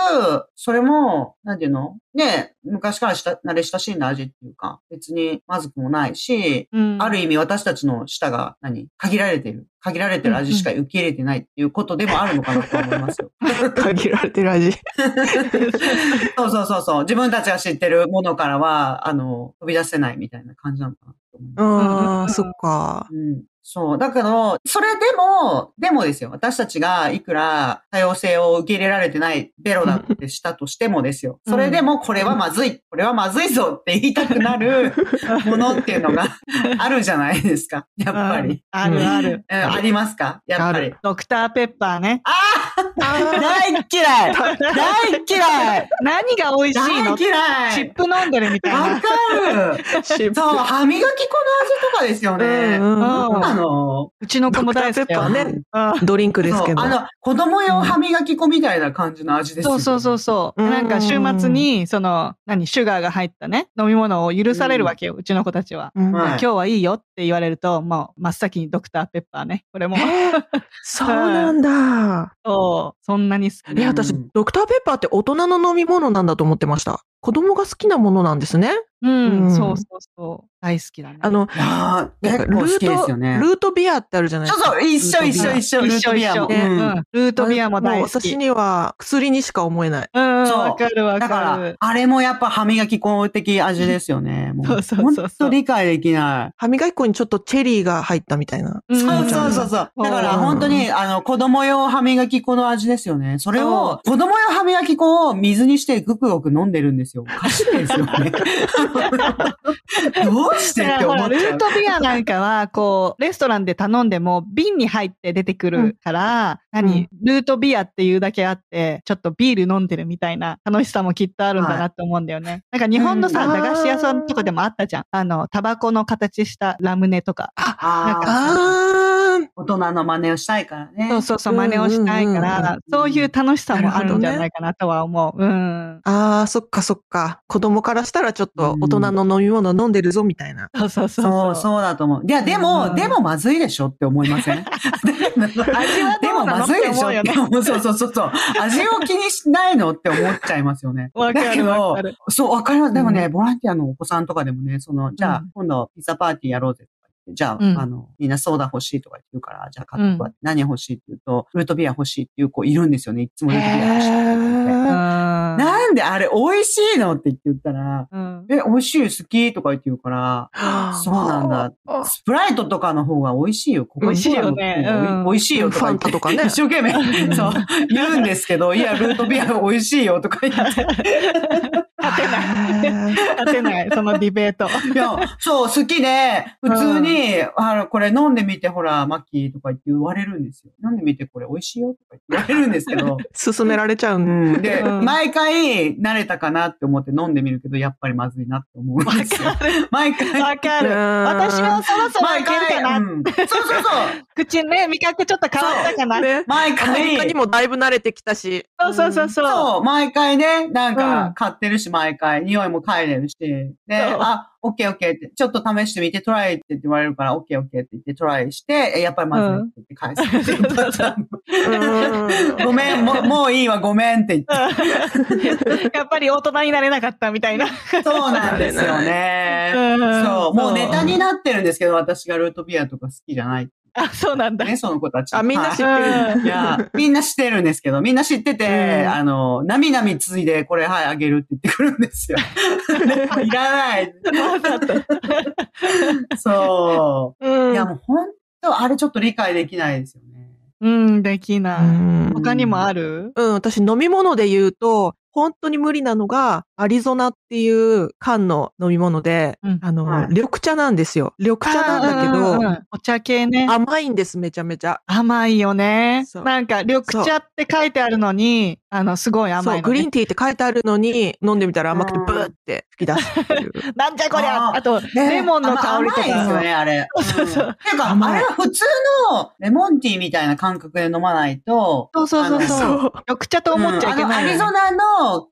Speaker 2: それも、なんていうのね、昔からした慣れ親しんだ味っていうか、別にまずくもないし、
Speaker 1: うん
Speaker 2: ある意味私たちの舌が何限られてる。限られてる味しか受け入れてないっていうことでもあるのかなと思います
Speaker 1: [laughs]
Speaker 2: よ。
Speaker 3: 限られてる味。
Speaker 2: そうそうそうそう。自分たちが知ってるものからは、あの、飛び出せないみたいな感じなのかなと思います。
Speaker 3: ああ、そっか。
Speaker 2: うん。そう。だけど、それでも、でもですよ。私たちがいくら多様性を受け入れられてないベロだってしたとしてもですよ。
Speaker 1: うん
Speaker 2: それでもこれはまずい。これはまずいぞって言いたく
Speaker 1: [laughs]
Speaker 2: なるものっていうのがあるじゃないですか。やっぱり。
Speaker 1: あるある。
Speaker 2: うん、ありますかやっぱ
Speaker 3: あ
Speaker 2: り。
Speaker 1: ドクターペッパーね。
Speaker 2: 大嫌い大嫌い
Speaker 1: 何が美味しい
Speaker 2: 大
Speaker 1: のチ
Speaker 2: 嫌
Speaker 1: ッ
Speaker 2: い
Speaker 1: プ飲んでるみたい
Speaker 2: わ
Speaker 1: な。
Speaker 2: かる
Speaker 3: そう
Speaker 2: そう、歯磨き粉の味とかですよね。
Speaker 1: うん
Speaker 2: あの、
Speaker 1: うちの子も大好き
Speaker 3: ド
Speaker 1: よ
Speaker 3: クターペッパーね
Speaker 1: うん
Speaker 3: ドリンクです
Speaker 2: そう
Speaker 3: けど。
Speaker 2: あの、子供用歯磨き粉みたいな感じの味ですよ
Speaker 1: そう
Speaker 2: ね
Speaker 1: そうそうそう。
Speaker 3: うん
Speaker 1: なんか週末に、その、何、シュガーが入ったね、飲み物を許されるわけよ、うちの子たちは。
Speaker 3: うん
Speaker 2: はい
Speaker 1: 今日はいいよって言われると、もう真っ先にドクターペッパーね。これも。
Speaker 3: そうなんだ。
Speaker 1: そう。そんなに好き。
Speaker 2: うん
Speaker 3: え、私、ドクターペッパーって大人の飲み物なんだと思ってました。子供が好きなものなんですね。
Speaker 1: うん、
Speaker 3: うん
Speaker 1: そうそうそう。大好きだね。
Speaker 3: あの、
Speaker 2: あー
Speaker 3: なん
Speaker 2: 結
Speaker 3: か
Speaker 2: 構好きですよね
Speaker 3: ルート、。ルートビアってあるじゃないで
Speaker 2: そ
Speaker 3: す
Speaker 2: う
Speaker 3: か。
Speaker 2: そう、一緒一緒一緒、ルー
Speaker 1: 一
Speaker 2: ト
Speaker 1: 緒
Speaker 2: ビ
Speaker 1: 一
Speaker 2: ア
Speaker 1: 緒。
Speaker 2: も。
Speaker 1: ね
Speaker 2: うん
Speaker 1: うんルートビアも大好き。
Speaker 3: う私には薬にしか思えない。
Speaker 1: うん、
Speaker 2: そう
Speaker 1: わかるわ
Speaker 2: だ
Speaker 1: か
Speaker 2: から
Speaker 1: る、。
Speaker 2: あれもやっぱ歯磨き粉的味ですよね。も
Speaker 1: そう
Speaker 2: う、
Speaker 1: そうそうそう
Speaker 2: 本当理解できない。
Speaker 3: 歯磨き粉にちょっとチェリーが入ったみたいな。
Speaker 1: うん
Speaker 2: そうそうそうそう。だから本当に、あの、子供用歯磨き粉の味ですよね。それを、子供用歯磨き粉を水にしてぐくぐく飲んでるんですよ。おかしいです
Speaker 1: [laughs]
Speaker 2: よね。どうして
Speaker 1: だか
Speaker 2: って
Speaker 1: らほ
Speaker 2: 思
Speaker 1: ら
Speaker 2: っ
Speaker 1: ル
Speaker 2: ちゃ
Speaker 1: ー
Speaker 2: う。
Speaker 1: トビアなんかは、こう、レストランで頼んでも、瓶に入って出てくるから、何、ルートビアっていうだけあって、ちょっとビール飲んでるみたいな楽しさもきっとあるんだなって思うんだよね。なんか日本のさ、
Speaker 3: うん
Speaker 1: 駄菓子屋さんとかでもあったじゃん。あの、タバコの形したラムネとか。
Speaker 2: ああ、
Speaker 3: あー
Speaker 2: 大人の真似をしたいからね。
Speaker 1: そうそうそう、真似をしたいか
Speaker 3: うんうんうん
Speaker 1: ら、そういう楽しさもあるんじゃないかなとは思う。うん。
Speaker 3: あー、そっかそっか。子供からしたらちょっと大人の飲み物飲んでるぞみたいな。
Speaker 1: そうそうそう
Speaker 2: そ、
Speaker 1: そうう。
Speaker 2: そうだと思う。いや、でも、
Speaker 1: うん
Speaker 2: でもまずいでしょって思いま
Speaker 1: [laughs]
Speaker 2: せん味
Speaker 1: は
Speaker 2: で
Speaker 1: ど
Speaker 2: も
Speaker 1: うなの
Speaker 2: まずいでしょって
Speaker 1: って
Speaker 2: 思う。そうそうそうそう。味を気にしないのって思っちゃいますよね。
Speaker 1: [laughs] わかるわかる。
Speaker 2: そう、わかります。でもね、
Speaker 3: う
Speaker 2: ボランティアのお子さんとかでもね、その、じゃあ、
Speaker 1: うん
Speaker 2: 今度、ピザパーティーやろうぜとか言って。じゃあ、
Speaker 1: うん
Speaker 2: あの、みんなソーダ欲しいとか言うから、じゃあ買ってこい、
Speaker 1: う
Speaker 2: 何欲しいって言うと、ルートビア欲しいっていう子いるんですよね。いつもルートビア欲しいって言って。
Speaker 3: へー
Speaker 1: な
Speaker 2: なんであれ美味しいのって言って言ったら、
Speaker 1: うん。
Speaker 2: え、美味しい、好きとか言って言うから、そうなんだ。スプライトとかの方が美味しいよ。コカコーラの方が
Speaker 1: 美味しいよねうん
Speaker 2: 美味しいよと
Speaker 3: フ
Speaker 2: か
Speaker 3: ァ
Speaker 2: 言
Speaker 3: ン
Speaker 2: っ
Speaker 3: タ
Speaker 2: て。
Speaker 3: とかね。
Speaker 2: 一生懸
Speaker 1: [laughs]
Speaker 2: 命、
Speaker 3: うん
Speaker 2: そう、言うんですけど、いや、ルートビア美味しいよとか言って。
Speaker 1: 勝てない。勝てない、そのディベート。
Speaker 2: いや、そう、好きで、普通に、あの、これ飲んでみて、ほら、マッキーとか言って言われるんですよ。飲んでみて、これ美味しいよとか言って言われるんですけど。
Speaker 3: 勧められちゃ
Speaker 2: う
Speaker 3: う
Speaker 2: んん、で、
Speaker 1: [laughs] うん
Speaker 2: 毎回慣れたかなって思って飲んでみるけど、やっぱりまずいなって思うんで
Speaker 1: [laughs]
Speaker 2: すよ。毎回。
Speaker 1: わかる。私
Speaker 3: 私
Speaker 1: もそろそろい
Speaker 2: 毎
Speaker 1: けるか
Speaker 2: 回、
Speaker 1: な。
Speaker 2: うんそうそうそう。
Speaker 1: 口ね、味覚ちょっと変わったかな。
Speaker 3: ね、
Speaker 2: 毎
Speaker 3: アメリカ
Speaker 2: 回
Speaker 3: に。もだいぶ慣れてきたし。
Speaker 1: そうそうそうそう。
Speaker 2: そう、毎回ね、なん
Speaker 1: うん
Speaker 2: か買ってるし、毎回、匂いも嗅いでるし、で、
Speaker 1: そう
Speaker 2: あ、オッケーオッケーって、ちょっと試してみて、トライって言って言われるから、オッケーオッケーって言ってトライして、えやっぱりまずいって言って返すっていうパターン。
Speaker 3: うん
Speaker 2: ごめん、もう、もういいわ、ごめんって言って。
Speaker 1: やっぱり大人になれなかったみたいな。
Speaker 2: そうなんですよね。そう、もうネタになってるんですけど、私がルートビアとか好きじゃない。
Speaker 1: あ、そうなんだ。 [laughs]
Speaker 2: ね、その子たち。
Speaker 3: あ、みんな知ってる。
Speaker 1: はい
Speaker 2: いや、みんな知ってるんですけど、みんな知ってて、
Speaker 1: うん
Speaker 2: あの、なみなみついで、これ、はい、あげるって言ってくるんですよ。 [laughs] いらない。
Speaker 1: わざと
Speaker 2: そうう。
Speaker 3: ん
Speaker 2: いや、もう本当あれちょっと理解できないですよね。
Speaker 1: うん、でき
Speaker 3: う
Speaker 1: ない。
Speaker 3: ん
Speaker 1: 他にもある
Speaker 3: うん、私飲み物で言うと、本当に無理なのが、アリゾナっていう缶の飲み物で、
Speaker 1: うん
Speaker 3: あの、
Speaker 2: はい
Speaker 3: 緑茶なんですよ。緑茶なんだけど、
Speaker 1: ど、お茶系ね。
Speaker 3: 甘いんです、めちゃめちゃ。
Speaker 1: 甘いよね。
Speaker 3: そう
Speaker 1: なんか、緑茶って書いてあるのに、あの、すごい甘
Speaker 3: そ、
Speaker 1: いう
Speaker 3: グリー
Speaker 1: ン。
Speaker 3: ンティーって書いてあるのに、飲んでみたら甘くて
Speaker 2: うん
Speaker 3: ブーって吹き出すって
Speaker 2: [laughs]
Speaker 3: いう。
Speaker 1: なんじゃこりゃ
Speaker 2: あー
Speaker 1: あと、レモンの香りと
Speaker 2: 甘いですよ
Speaker 1: か。
Speaker 2: ね、あれ。
Speaker 1: そうそうそうん
Speaker 2: ていうか、
Speaker 3: 甘い
Speaker 2: あれは普通のレモンティーみたいな感覚で飲まないと、
Speaker 1: そうそうそう
Speaker 2: あ
Speaker 1: そう。
Speaker 3: う。
Speaker 1: 緑茶と思っちゃいけ
Speaker 2: うんあの、
Speaker 1: な
Speaker 2: ア
Speaker 1: いよね。
Speaker 2: リゾナの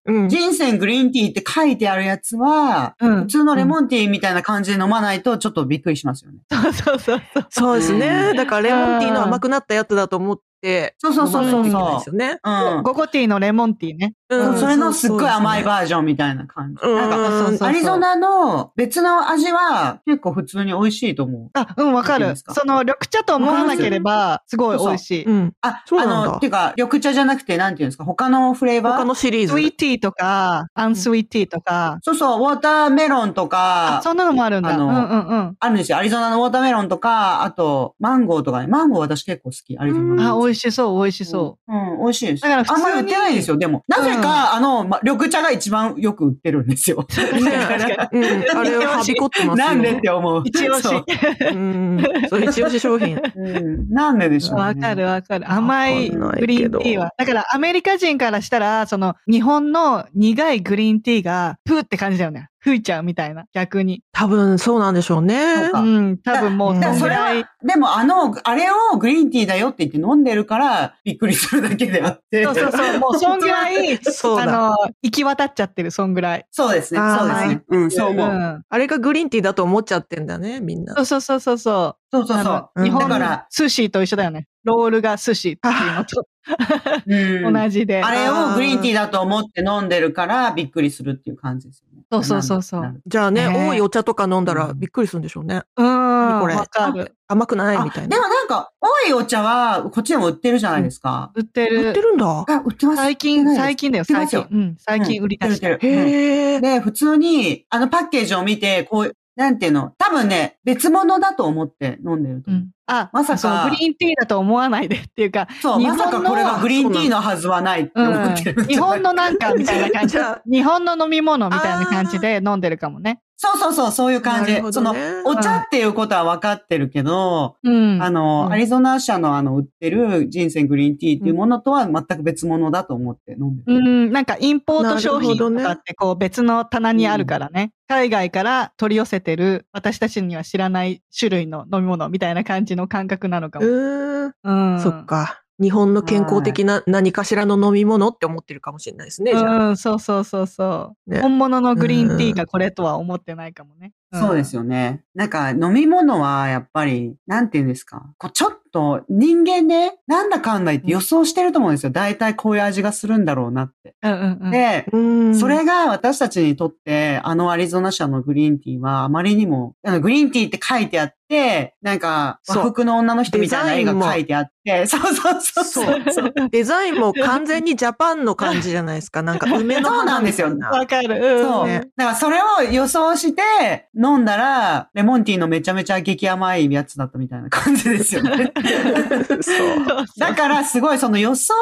Speaker 3: うん。
Speaker 2: 人選グリーンティーって書いてあるやつは、
Speaker 1: うん
Speaker 2: 普通のレモンティーみたいな感じで飲まないとちょっとびっくりしますよね。
Speaker 1: そうそうそうそう。
Speaker 3: そうですね。
Speaker 2: うん
Speaker 3: だからレモンティーの甘くなったやつだと思って、
Speaker 2: そうそうそうそ
Speaker 3: 飲まないうといけない
Speaker 2: そ
Speaker 3: ですよね。
Speaker 2: う。
Speaker 1: ゴゴティーのレモンティーね。
Speaker 2: うん。
Speaker 1: うん
Speaker 2: それのすっごい甘い
Speaker 3: ー
Speaker 2: バージョンみたいな感じ。
Speaker 3: うん
Speaker 2: なんか、
Speaker 1: そうそうそう
Speaker 2: アリゾナの別の味は結構普通に美味しいと思う。
Speaker 1: あ、うん、わか
Speaker 2: いい
Speaker 1: る。
Speaker 2: ですか
Speaker 1: その、緑茶と思わなければ、すごい美味しい。
Speaker 3: うん。
Speaker 2: あ、
Speaker 3: そうなん
Speaker 2: あ
Speaker 3: だ
Speaker 2: の、ていうか、緑茶じゃなくて、なんていうんですか、他のフレーバー
Speaker 3: 他のシリー
Speaker 1: スイー
Speaker 3: ズ。
Speaker 1: ティーとか、アンスイーティーとか、
Speaker 2: そうそう、ウォーターメロンと
Speaker 1: あ
Speaker 2: か、
Speaker 1: そんなのもあるんだ。
Speaker 2: あ
Speaker 1: うん
Speaker 2: の
Speaker 1: うん
Speaker 2: あるんですよ。アリゾナのウォーターメロンとか、あと、マンゴーとかね。マンゴー私結構好き、アリゾ
Speaker 1: うん。
Speaker 2: ナ。
Speaker 1: あ、美味しそう、美味しそ
Speaker 2: うん、美味しいです。
Speaker 1: だから普通
Speaker 2: あん
Speaker 1: に
Speaker 2: まり売ってないんですよ、でも。なぜか、あの、ま、緑茶が一番よく売ってるんですよ。
Speaker 1: う。
Speaker 3: ね
Speaker 1: 確かに
Speaker 3: うん。あれははびこってますよ。
Speaker 2: なんでって思う。
Speaker 1: 一押し。
Speaker 2: そう
Speaker 3: うん。そう、一押し商品。
Speaker 2: うんなんででしょうね。
Speaker 1: わかるわかる。甘い
Speaker 3: わかんない
Speaker 1: グリーンティーは。だからアメリカ人からしたら、その日本の苦いグリーンティーがプーって感じだよね。吹いちゃうみたいな、逆に。
Speaker 3: [laughs] 多分そうなんでしょうね
Speaker 2: そう。
Speaker 1: う
Speaker 2: か
Speaker 1: ん、多分もう
Speaker 3: だ
Speaker 1: そ
Speaker 2: だか
Speaker 1: んぐら
Speaker 2: らそれ
Speaker 1: い。
Speaker 2: は、でもあの、あれをグリーンティーだよって言って飲んでるから、びっくりするだけであって。
Speaker 1: そうそう [laughs] そう、もうそんぐらい、
Speaker 3: そう
Speaker 1: あ
Speaker 3: だ。
Speaker 1: の、行き渡っちゃってる、そんぐらい。
Speaker 2: そうですね、
Speaker 3: あー
Speaker 2: そうですね。うん、そう
Speaker 1: う
Speaker 2: 思う。
Speaker 1: ん。
Speaker 3: あれがグリーンティーだと思っちゃってんだね、みんな
Speaker 1: そ。うそうそうそうそう。
Speaker 2: そうそう
Speaker 1: あ
Speaker 2: そう。
Speaker 1: の日本
Speaker 2: だか
Speaker 1: の
Speaker 2: ら、
Speaker 1: 寿司と一緒だよね。ロールが寿司っていうのと
Speaker 2: うん。
Speaker 1: 同じで。
Speaker 2: あれをグリーンティーだと思って飲んでるから、びっくりするっていう感じですよね。
Speaker 1: そうそうそうそう
Speaker 2: なる
Speaker 3: じゃあね、
Speaker 1: ね
Speaker 3: 多いお茶とか飲んだら
Speaker 2: うん
Speaker 3: びっくりするんでしょうね。
Speaker 1: うーん。
Speaker 3: これ
Speaker 1: わかる。
Speaker 3: 甘くない
Speaker 2: あ
Speaker 3: みたい
Speaker 2: で
Speaker 3: な
Speaker 2: も。なんか、多いお茶は、こっちでも売ってるじゃないですか。
Speaker 1: 売って
Speaker 3: 売
Speaker 1: る。
Speaker 3: ってるんだ。
Speaker 2: あ、売ってます。
Speaker 1: 最近、最近
Speaker 2: 近。
Speaker 1: だよ、
Speaker 2: 売ってま
Speaker 1: 最
Speaker 2: すよ
Speaker 1: 近。うん、最近売り出し
Speaker 2: うん
Speaker 1: て
Speaker 2: 売っ
Speaker 1: る。
Speaker 2: てる売ってる。
Speaker 3: へ
Speaker 2: う
Speaker 3: え
Speaker 2: ん。で、普通に、あのパッケージを見て、こう、なんていうの、多分ね、別物だと思って飲んでると
Speaker 1: う
Speaker 2: 思う。
Speaker 1: ん。あ、
Speaker 2: まさか
Speaker 1: そうグリーンティーだと思わないでっていうか、
Speaker 2: そう、
Speaker 1: 日
Speaker 2: ま
Speaker 1: 本の
Speaker 2: さかこれがグリーンティーのはずはないって
Speaker 1: う
Speaker 2: 思
Speaker 1: ん
Speaker 2: ってる。
Speaker 1: 日本のなんかみたいな感じ
Speaker 3: じゃあ。
Speaker 1: 日本の飲み物みたいな感じで飲んでるかもね。
Speaker 2: そうそうそう、そういう感じ。
Speaker 3: なるほ
Speaker 2: その、
Speaker 3: どね
Speaker 2: お茶っていうことは分かってるけど、
Speaker 1: うん。
Speaker 2: あの、
Speaker 1: うん
Speaker 2: アリゾナ社のあの、売ってる人生グリーンティーっていうものとは全く別物だと思って飲んでる。
Speaker 1: うん、なんかインポート商品
Speaker 3: なるほど
Speaker 1: と
Speaker 3: ね
Speaker 1: かってこう別の棚にあるからね、海外から取り寄せてる私たちには知らない種類の飲み物みたいな感じの感覚なのかも。
Speaker 3: うーん。
Speaker 1: うん。
Speaker 3: そっ。か。日本の健康的な何かしらの飲み物って思ってるかもしれないですね、じゃあ。
Speaker 1: うん、そうそうそうそう、
Speaker 3: ね
Speaker 1: 本物のグリーンティーがこれとは思ってないかもね。
Speaker 2: そうです
Speaker 1: よ。
Speaker 2: よね。なんか飲み物はやっぱり、なんて言うんですか。こうちょっと人間ね、なんだかんだ言って予想してると思うんですよ。大体こういう味がするんだろうなって。
Speaker 1: うんうんうん。
Speaker 2: で、
Speaker 3: うん。
Speaker 2: それが私たちにとって、あのアリゾナ社のグリーンティーはあまりにも、あのグリーンティーって書いてあって、なんか
Speaker 3: そう
Speaker 2: 和服の女の人みたいな絵
Speaker 3: デザインも
Speaker 2: が書いてあって、そうそうそうそう。そう
Speaker 3: デザインも完全にジャパンの感じじゃないですか。なんか梅の花
Speaker 2: そうなんですよ
Speaker 3: みたいな
Speaker 1: わかる。うん、
Speaker 2: そう。だ
Speaker 3: ね
Speaker 2: からそれを予想
Speaker 3: [laughs]
Speaker 2: して飲んだら、レモンティーのめちゃめちゃ激甘いやつだったみたいな感じですよね。
Speaker 3: そう。
Speaker 2: だからすごいその予想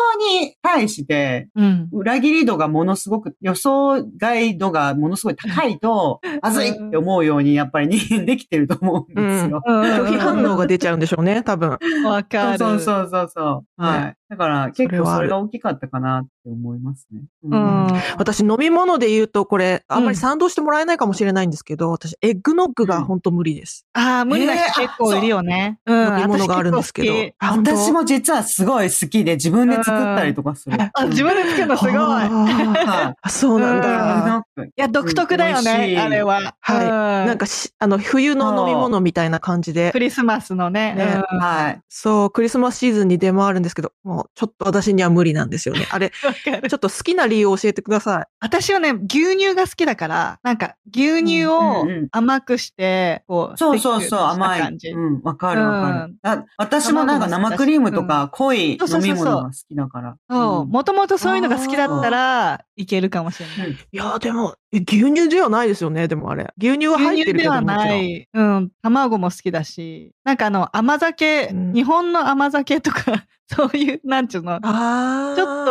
Speaker 2: に対して、
Speaker 1: うん。
Speaker 2: 裏切り度がものすごく、予想外度がものすごい高いと、まずいって思うように [laughs] やっぱり人間できてると思うんですよ。
Speaker 3: 拒否反応が出ちゃうんでしょうね、多分。
Speaker 1: わかる。
Speaker 2: そうそうそうそうそう。はい。だから結構それが大きかったかなって思いますね。
Speaker 1: う
Speaker 2: う
Speaker 1: ん。
Speaker 3: 私飲み物で言うとこれ、あんま
Speaker 1: うん
Speaker 3: り賛同してもらえないかもしれないんですけど、私エッグノッグが本当無理です。
Speaker 1: ああ、無理な人結構いるよね。うん。
Speaker 3: 飲み物があるんですけど
Speaker 1: 私結。
Speaker 3: あ
Speaker 2: 私。も実はすごい好きで自分で作ったりとかする。
Speaker 1: 構好きあ、自分で作るのすごい。い
Speaker 3: い。
Speaker 2: は
Speaker 3: あそうなん
Speaker 2: い。
Speaker 3: だ。
Speaker 1: や、独特だよ
Speaker 2: うん美味し
Speaker 1: ね、
Speaker 2: い
Speaker 1: あれは。
Speaker 3: はい
Speaker 1: い
Speaker 3: なん、かし、あの、冬の飲み物みたいな感じで
Speaker 1: ク、リスマスのね。
Speaker 3: ね
Speaker 1: うん
Speaker 2: はい。
Speaker 3: そう、クリスマスシーズンに出回るんですけど、もう、ちょっと私には無理なんです
Speaker 1: [laughs]
Speaker 3: よね。あれ、
Speaker 1: わかる
Speaker 3: ちょっと好きな理由を教えてくださ
Speaker 1: 私はね、牛乳が好きだから、なんか、牛乳を
Speaker 2: うんうんうん
Speaker 1: 甘くして、こう、
Speaker 2: そうそう
Speaker 1: ス
Speaker 2: そう、
Speaker 1: ティック
Speaker 2: 甘
Speaker 1: した
Speaker 2: い
Speaker 1: 感。じ
Speaker 2: うん、わかるわかる、あ私もなんか生クリームとか濃い飲み物が好きだから。
Speaker 1: そう、
Speaker 2: ん
Speaker 1: もともとそういうのが好きだったら、いけるかもしれない。
Speaker 3: い。いや、でも、え牛乳ではないですよね、でもあれ。牛乳は入
Speaker 1: 牛
Speaker 3: っ
Speaker 1: 乳
Speaker 3: てる
Speaker 1: で
Speaker 3: けど
Speaker 1: は
Speaker 3: もち
Speaker 1: な
Speaker 3: ろん。
Speaker 1: い。うん。卵も好きだし、なんかあの、甘酒、
Speaker 3: うん
Speaker 1: 日本の甘酒とか、 [laughs] そういう、なんちゅうの、ち
Speaker 3: ああ。
Speaker 1: ょっ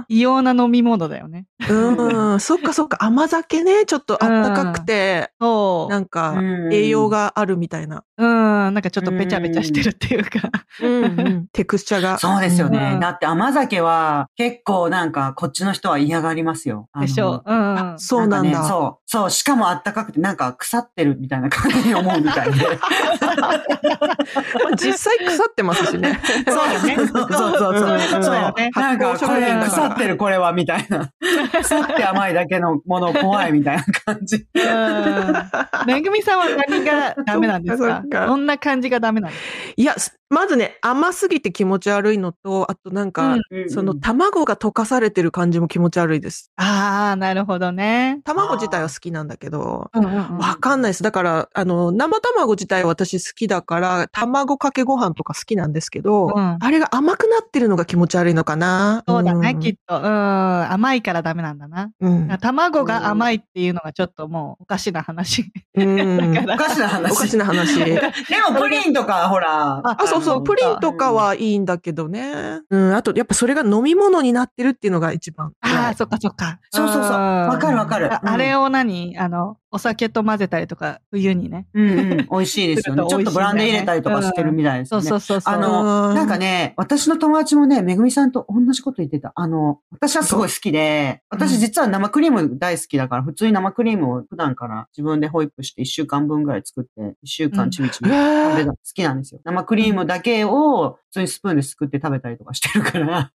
Speaker 1: と異様な飲み物だよね。
Speaker 3: うん、そっかそっか。甘酒ね、ちょっとあったかくて、
Speaker 1: そう。
Speaker 3: なんか、栄養。があるみたいな。
Speaker 1: うん、なんかちょっとべちゃべちゃしてるっていうか。
Speaker 3: うん、うんテクスチャが。
Speaker 2: そうですよね、
Speaker 1: うん
Speaker 2: だって甘酒は結構なんかこっちの人は嫌がりますよ。あの
Speaker 1: [laughs] でしょう。うん。
Speaker 3: そうなん
Speaker 2: かね
Speaker 3: だ。
Speaker 2: そう。そう。しかもあったかくてなんか腐ってるみたいな感じに思うみたいで。そう
Speaker 3: まあ実際腐ってますしね。
Speaker 1: よね
Speaker 2: [laughs] そうそうそう
Speaker 3: そう
Speaker 2: そう。
Speaker 3: いうことだ
Speaker 1: よね
Speaker 2: そうなんか
Speaker 3: 発酵
Speaker 2: こ
Speaker 3: 食品だ
Speaker 2: れ
Speaker 3: から
Speaker 2: 腐ってるこれはみたいな。腐って甘いだけのもの怖いみたいな感じ。
Speaker 1: うんめぐみさんは何がダメなんです
Speaker 3: [laughs] そっ
Speaker 1: か
Speaker 3: かそっか
Speaker 1: どんな感じがダメなんですか
Speaker 3: いや、すまずね、甘すぎて気持ち悪いのと、あとなんか、
Speaker 1: うん
Speaker 3: その卵が溶かされてる感じも気持ち悪いです。
Speaker 1: ああ、なるほどね。
Speaker 3: 卵自体は好きなんだけど、
Speaker 1: うんうん
Speaker 3: わかんないです。だから、あの、生卵自体は私好きだから、卵かけご飯とか好きなんですけど、
Speaker 1: うん
Speaker 3: あれが甘くなってるのが気持ち悪いのかな。
Speaker 1: そうだね、
Speaker 3: ん
Speaker 1: きっと。うん。甘いからダメなんだな。
Speaker 3: うん。
Speaker 1: 卵が甘いっていうのがちょっともうおかしな話。
Speaker 3: うん
Speaker 1: だか
Speaker 2: お
Speaker 1: ら
Speaker 2: かしな話。
Speaker 3: おかしな話。
Speaker 2: でもプリンとか、ほら。
Speaker 1: あ
Speaker 3: あ、そうそう、プリンとかはいいんだけどね。うん、あと、やっぱそれが飲み物になってるっていうのが一番。
Speaker 1: ああ、そっかそっか。
Speaker 2: そうそうそう。わかるわかる。
Speaker 1: ああれを何あの、お酒と混ぜたりとか、冬にね。
Speaker 2: うんうん。美味しいですよね。ちょっとブランデー入れたりとかしてるみたいです
Speaker 1: そ
Speaker 2: ね。
Speaker 1: うそうそうそう。
Speaker 2: あの、
Speaker 3: うん
Speaker 2: なんかね、私の友達もね、めぐみさんと同じこと言ってた。あの、私はすごい好きで、私実は生クリーム大好きだから、普通に生クリームを普段から自分でホイップして1週間分ぐらい作って、1週間ちびちび
Speaker 3: え
Speaker 2: 食べ
Speaker 3: ー
Speaker 2: た好きなんですよ。生クリームだけを普通にスプーンですくって食べたりとかしてるから、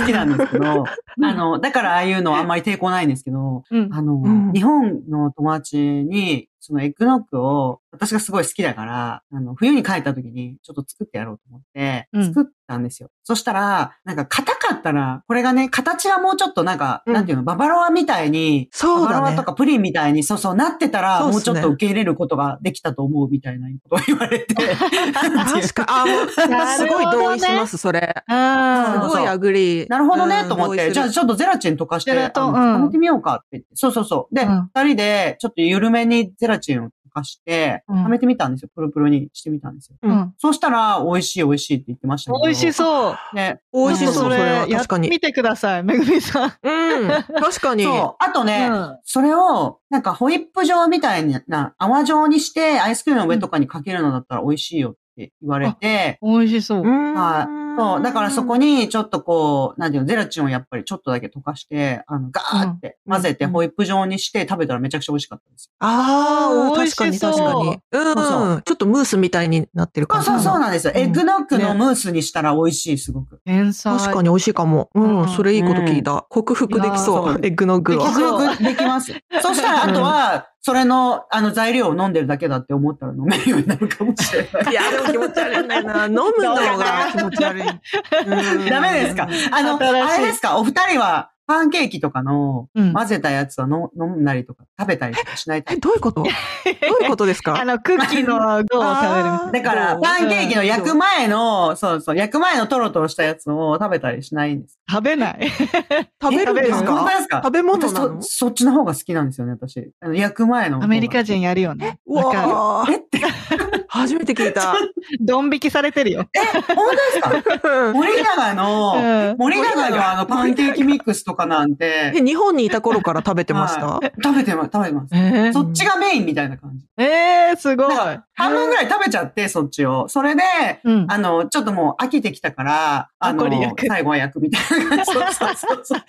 Speaker 2: 好きなんですけど、あの、だからああいうのあんまり抵抗ないんですけど、
Speaker 1: うん
Speaker 2: あの、
Speaker 3: ん
Speaker 2: 日本の友達に、そのエッグノックを私がすごい好きだから、あの、冬に帰った時にちょっと作ってやろうと思って
Speaker 1: う、ん
Speaker 2: 作ったんですよ。そしたら、なんか硬かったら、これがね、形はもうちょっとなんか、
Speaker 3: うん
Speaker 2: なんていうの、ババロアみたいに、
Speaker 3: そうだね
Speaker 2: ババロアとかプリンみたいに、そうそう、なってたら、
Speaker 3: そうっ
Speaker 2: もうち
Speaker 3: すね
Speaker 2: ょっと受け入れることができたと思うみたいなことを言われ
Speaker 3: [laughs]
Speaker 2: て。なんていう
Speaker 3: 確か、あ、もう、
Speaker 1: な
Speaker 3: す
Speaker 1: るほ
Speaker 3: ごい
Speaker 1: どね
Speaker 3: 同意します、それ。
Speaker 1: あ
Speaker 2: そう
Speaker 1: ー
Speaker 3: すごいアグリー。
Speaker 2: なるほどね、
Speaker 3: うん
Speaker 2: と思っ
Speaker 3: 同意す
Speaker 2: て、
Speaker 3: る
Speaker 2: じゃあちょっとゼラチン溶かして、
Speaker 1: ゼラトンう
Speaker 2: あの
Speaker 1: ん
Speaker 2: 固めてみようかって言って。そうそうそう。で、
Speaker 1: う
Speaker 2: 二、
Speaker 1: ん
Speaker 2: 人で、ちょっと緩めにゼラチンを溶かして、
Speaker 1: うん
Speaker 2: 固めてみたんですよ。プロプロにしてみたんですよ。
Speaker 1: う
Speaker 3: うん
Speaker 1: ん。
Speaker 2: そうしたら、美味しい美味しいって言ってましたけど。
Speaker 1: 美味しそう。
Speaker 2: う。ね、
Speaker 3: 美味し
Speaker 1: ちょ
Speaker 3: そう、
Speaker 1: っ
Speaker 3: そ
Speaker 1: と
Speaker 3: れは
Speaker 1: やっ
Speaker 3: 確か
Speaker 1: て
Speaker 3: に。
Speaker 1: みてください、めぐみさん。
Speaker 3: うん、確かに。
Speaker 2: そう。あとね、
Speaker 1: うん
Speaker 2: それを、なんかホイップ状みたいな、泡状にして、アイスクリームの上とかにかけるのだったら美味しいよって言われて、
Speaker 1: 美味しそう。
Speaker 3: うん
Speaker 2: はい。そう。だからそこに、ちょっとこう、なんていうの、ゼラチンをやっぱりちょっとだけ溶かして、あの、ガーって混ぜて、
Speaker 1: うん
Speaker 2: ホイップ状にして食べたらめちゃくちゃ美味しかったです。
Speaker 3: あ
Speaker 1: 美
Speaker 3: あ、
Speaker 1: 味し
Speaker 3: 確かに
Speaker 1: そう
Speaker 3: 確かに。うん
Speaker 2: そうそ
Speaker 3: ちょっとムースみたいになってる
Speaker 2: そ
Speaker 3: 感
Speaker 2: う
Speaker 3: じ。
Speaker 2: そうそうなんですよ。
Speaker 3: うん
Speaker 2: エッグノックの
Speaker 3: ね
Speaker 2: ムースにしたら美味しい、すごく。
Speaker 1: 天才。
Speaker 3: 確かに美味しいかも。うん、
Speaker 1: うん
Speaker 3: それいいこと聞いた。克服でき
Speaker 2: い
Speaker 3: そ
Speaker 2: や
Speaker 3: う
Speaker 2: ー。
Speaker 3: エッグノッグ
Speaker 2: で
Speaker 3: を
Speaker 2: き。そうできます。 [laughs] そしたら、あとは、それの、あの、材料を飲んでるだけだって思ったら飲めるようになるかもしれない。
Speaker 3: いや、でも気持ち悪いんだよ [laughs] な。飲むの
Speaker 2: [laughs]
Speaker 3: が気持ち悪い。うん
Speaker 2: ダメですかあの、
Speaker 1: 新しい
Speaker 2: あれですかお二人は、パンケーキとかの
Speaker 1: うん
Speaker 2: 混ぜたやつはの飲んだりとか食べたりとかしないタイ
Speaker 3: え、
Speaker 2: プ
Speaker 3: どういうことどういうことです
Speaker 1: [laughs] あ
Speaker 3: か
Speaker 1: の、クッキー
Speaker 2: [laughs]
Speaker 1: の具を食べるみたい
Speaker 3: あー
Speaker 2: だから、
Speaker 3: うん
Speaker 2: パンケーキの焼く前の、そうそう、焼く前のトロトロしたやつを食べたりしないんです。
Speaker 1: 食べない。
Speaker 3: 食べるんです
Speaker 2: 本当
Speaker 3: か
Speaker 2: ですか
Speaker 3: 食べ物
Speaker 2: 私
Speaker 3: なの
Speaker 2: そ、そっちの方が好きなんですよね、私。あの焼く前の方
Speaker 1: ア
Speaker 2: が。
Speaker 1: メリカ人やるよね。
Speaker 3: うわ
Speaker 1: わかる。
Speaker 3: ー
Speaker 2: えって。
Speaker 3: 初めて聞いた。
Speaker 1: ドン引きされてるよ。
Speaker 2: 本当
Speaker 3: [laughs]
Speaker 2: ですか森永の、
Speaker 1: うん
Speaker 2: 森永のあのパンケーキミックスとかなん
Speaker 3: え、
Speaker 2: て、
Speaker 3: 日本にいた頃から食べてました、
Speaker 2: 食べてます、食べてます。
Speaker 1: え
Speaker 2: そっちがメインみたいな感じ。
Speaker 1: えー、すごい。
Speaker 2: 半分ぐらい食べちゃって、そっちを。それで、
Speaker 1: うん。
Speaker 2: あの、ちょっともう飽きてきたから、あの
Speaker 1: 残り焼、く
Speaker 2: 最後は焼くみたいな感じ。そうそうそうそう。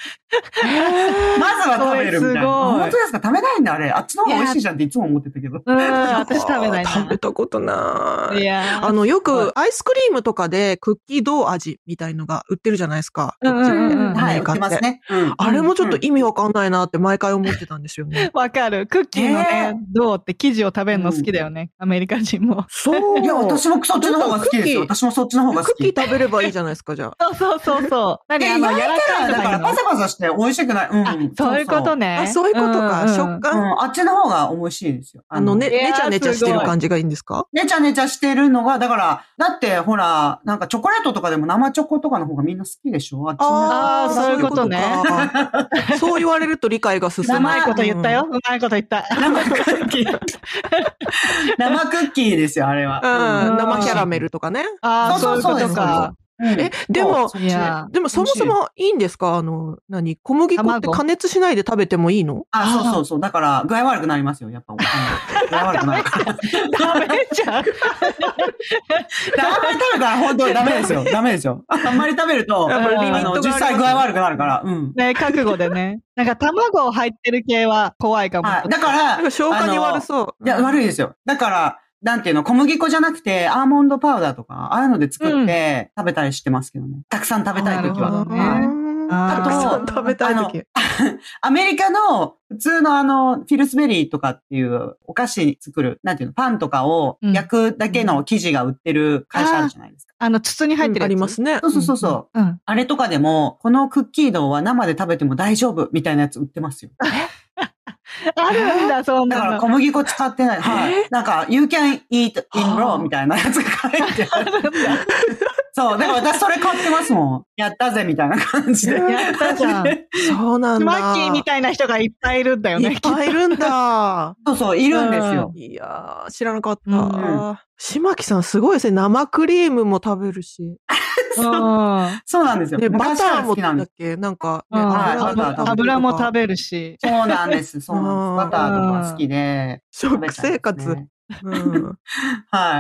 Speaker 2: まずは食べるみたいな。
Speaker 1: そ
Speaker 2: 本
Speaker 1: れすごい
Speaker 2: 当ですか食べないんだ、あれ。あっちの方が美味しいじゃんっていつも思ってたけど。
Speaker 1: うん、私食べない
Speaker 3: あー食べ
Speaker 1: な。
Speaker 3: たことない。
Speaker 1: いや
Speaker 3: あ
Speaker 1: ー
Speaker 3: の、よ
Speaker 2: は
Speaker 3: くアイスクリームとかでクッキードー味みたいのが売ってるじゃないですか。
Speaker 1: うんうんうんうん
Speaker 3: アメ
Speaker 2: はい、
Speaker 3: リ
Speaker 2: 売
Speaker 3: カ
Speaker 2: っ
Speaker 3: って
Speaker 2: ますね。うん
Speaker 3: あれもちょっと意味わかんないなって毎回思ってたんですよね。
Speaker 1: わかる。クッキーの
Speaker 2: ね
Speaker 1: ね、どうって生地を食べるの好きだよね。アメリカ人も。
Speaker 3: そう。
Speaker 2: いや、私もそっちの方が好きですよ。
Speaker 3: クッキー
Speaker 2: 私もそっちの方が好
Speaker 3: クッキ
Speaker 2: き。
Speaker 3: ー食べればいいじゃないですか、じゃあ。
Speaker 1: そうそうそうそう。 [laughs] 何
Speaker 2: え
Speaker 1: あの、柔らか
Speaker 2: だ
Speaker 1: いの
Speaker 2: か
Speaker 1: がい
Speaker 2: ら
Speaker 1: い
Speaker 2: パ
Speaker 1: の
Speaker 2: サパサして美味しくない。うん。
Speaker 1: あ、そういうことね。
Speaker 3: あ、そういうことか。
Speaker 1: んん
Speaker 3: 食
Speaker 2: そう。う
Speaker 3: 感。
Speaker 2: ん、あっちの方が美味しいですよ。
Speaker 3: あの、ね、
Speaker 1: いやー
Speaker 3: ねちゃねちゃしてる感じがいいんですか
Speaker 2: ねちゃねちゃしてるのが、だから、だってほら、なんかチョコレートとかでも生チョコとかの方がみんな好きでしょあっちの。
Speaker 1: あーそういうことね
Speaker 3: ね。そう言われると理解が進む。
Speaker 1: うまいこと言ったよ。うまいこと言った。
Speaker 2: 生クッキー。生クッキーですよ、あれ
Speaker 3: うん。
Speaker 2: は。
Speaker 1: う
Speaker 3: うんん。生キャラメルとかね。
Speaker 1: ああ、
Speaker 2: そ
Speaker 1: そうう
Speaker 2: そ
Speaker 1: いううこと
Speaker 2: そう
Speaker 1: か。
Speaker 2: うん。
Speaker 3: え、でも、
Speaker 2: そう
Speaker 1: いやー
Speaker 3: でもそもそもいいんですかあの、何小麦粉って
Speaker 1: 卵
Speaker 3: 加熱しないで食べてもいいの
Speaker 2: あ、そうそうそう。だから、具合悪くなりますよ、やっぱ。うん具合悪くな
Speaker 1: [laughs]
Speaker 2: るから。
Speaker 1: ダメじゃん。
Speaker 2: であんまり食べたら本当にダメですよ。ダメですよ。あんまり食べると、
Speaker 1: やっぱりリミ
Speaker 2: あ
Speaker 1: ッ
Speaker 2: の、
Speaker 3: トがあります
Speaker 2: 実際具合悪くなるから。うん。
Speaker 1: ね、覚悟でね。なんか卵入ってる系は怖いかも。
Speaker 2: はい。だから
Speaker 3: なん、か消化に悪そう。
Speaker 2: いや、
Speaker 3: い。
Speaker 2: 悪いですよ。だから、なんていうの、小麦粉じゃなくて、アーモンドパウダーとか、ああいうので作って、食べたりしてますけどね。たくさん食べたいとき
Speaker 1: なるほ
Speaker 2: は
Speaker 1: ど。ね
Speaker 2: はい
Speaker 1: あ
Speaker 2: ー
Speaker 3: たくさん食べたい時。
Speaker 2: アメリカの普通のあの、フィルスベリーとかっていうお菓子作る、なんていうの、パンとかを
Speaker 1: うん
Speaker 2: 焼くだけの生地が売ってる会社あるじゃないですか。
Speaker 1: あの、筒に入ってる
Speaker 3: あ
Speaker 1: やつ
Speaker 3: りますね。
Speaker 2: そうそうそうそう。
Speaker 1: うん。
Speaker 2: あれとかでも、このクッキードは生で食べても大丈夫みたいなやつ売ってますよ。
Speaker 1: あるんだ、そん
Speaker 2: だか
Speaker 1: な
Speaker 2: ら
Speaker 1: の。
Speaker 2: 小麦粉使ってない。は
Speaker 3: え
Speaker 2: い。なんか、you can eat in
Speaker 3: は
Speaker 2: raw
Speaker 3: あ
Speaker 2: みたいなやつが書いてある。そう。だから私それ買ってますもん。やったぜみたいな感じで。
Speaker 1: やったじゃん。
Speaker 3: そうなんだ。
Speaker 1: マッキーみたいな人がいっぱいいるんだよ
Speaker 3: い
Speaker 1: ね
Speaker 3: っ。ぱいいるんだ。
Speaker 2: [laughs] そうそう、いるんですよ。
Speaker 3: いやー、知らなかっ
Speaker 1: う
Speaker 3: た。島木さんすごいですね。生クリームも食べるし。
Speaker 1: うん
Speaker 2: そうなんですよ。
Speaker 3: ね、バ
Speaker 2: 昔
Speaker 3: タ
Speaker 2: から
Speaker 3: ー
Speaker 2: 好
Speaker 3: も
Speaker 2: きなん
Speaker 3: だ
Speaker 2: で
Speaker 3: っ
Speaker 2: す。
Speaker 3: けなんか、ね
Speaker 2: はい
Speaker 3: 油
Speaker 2: あ
Speaker 1: 油も食
Speaker 3: べ
Speaker 1: べ
Speaker 3: る。
Speaker 1: るし。
Speaker 2: そうなんです。そうなんです。バターとか好きで。食べ
Speaker 3: 食
Speaker 2: ちゃうんですね
Speaker 3: 生活。
Speaker 2: [laughs]
Speaker 3: うん
Speaker 2: はい。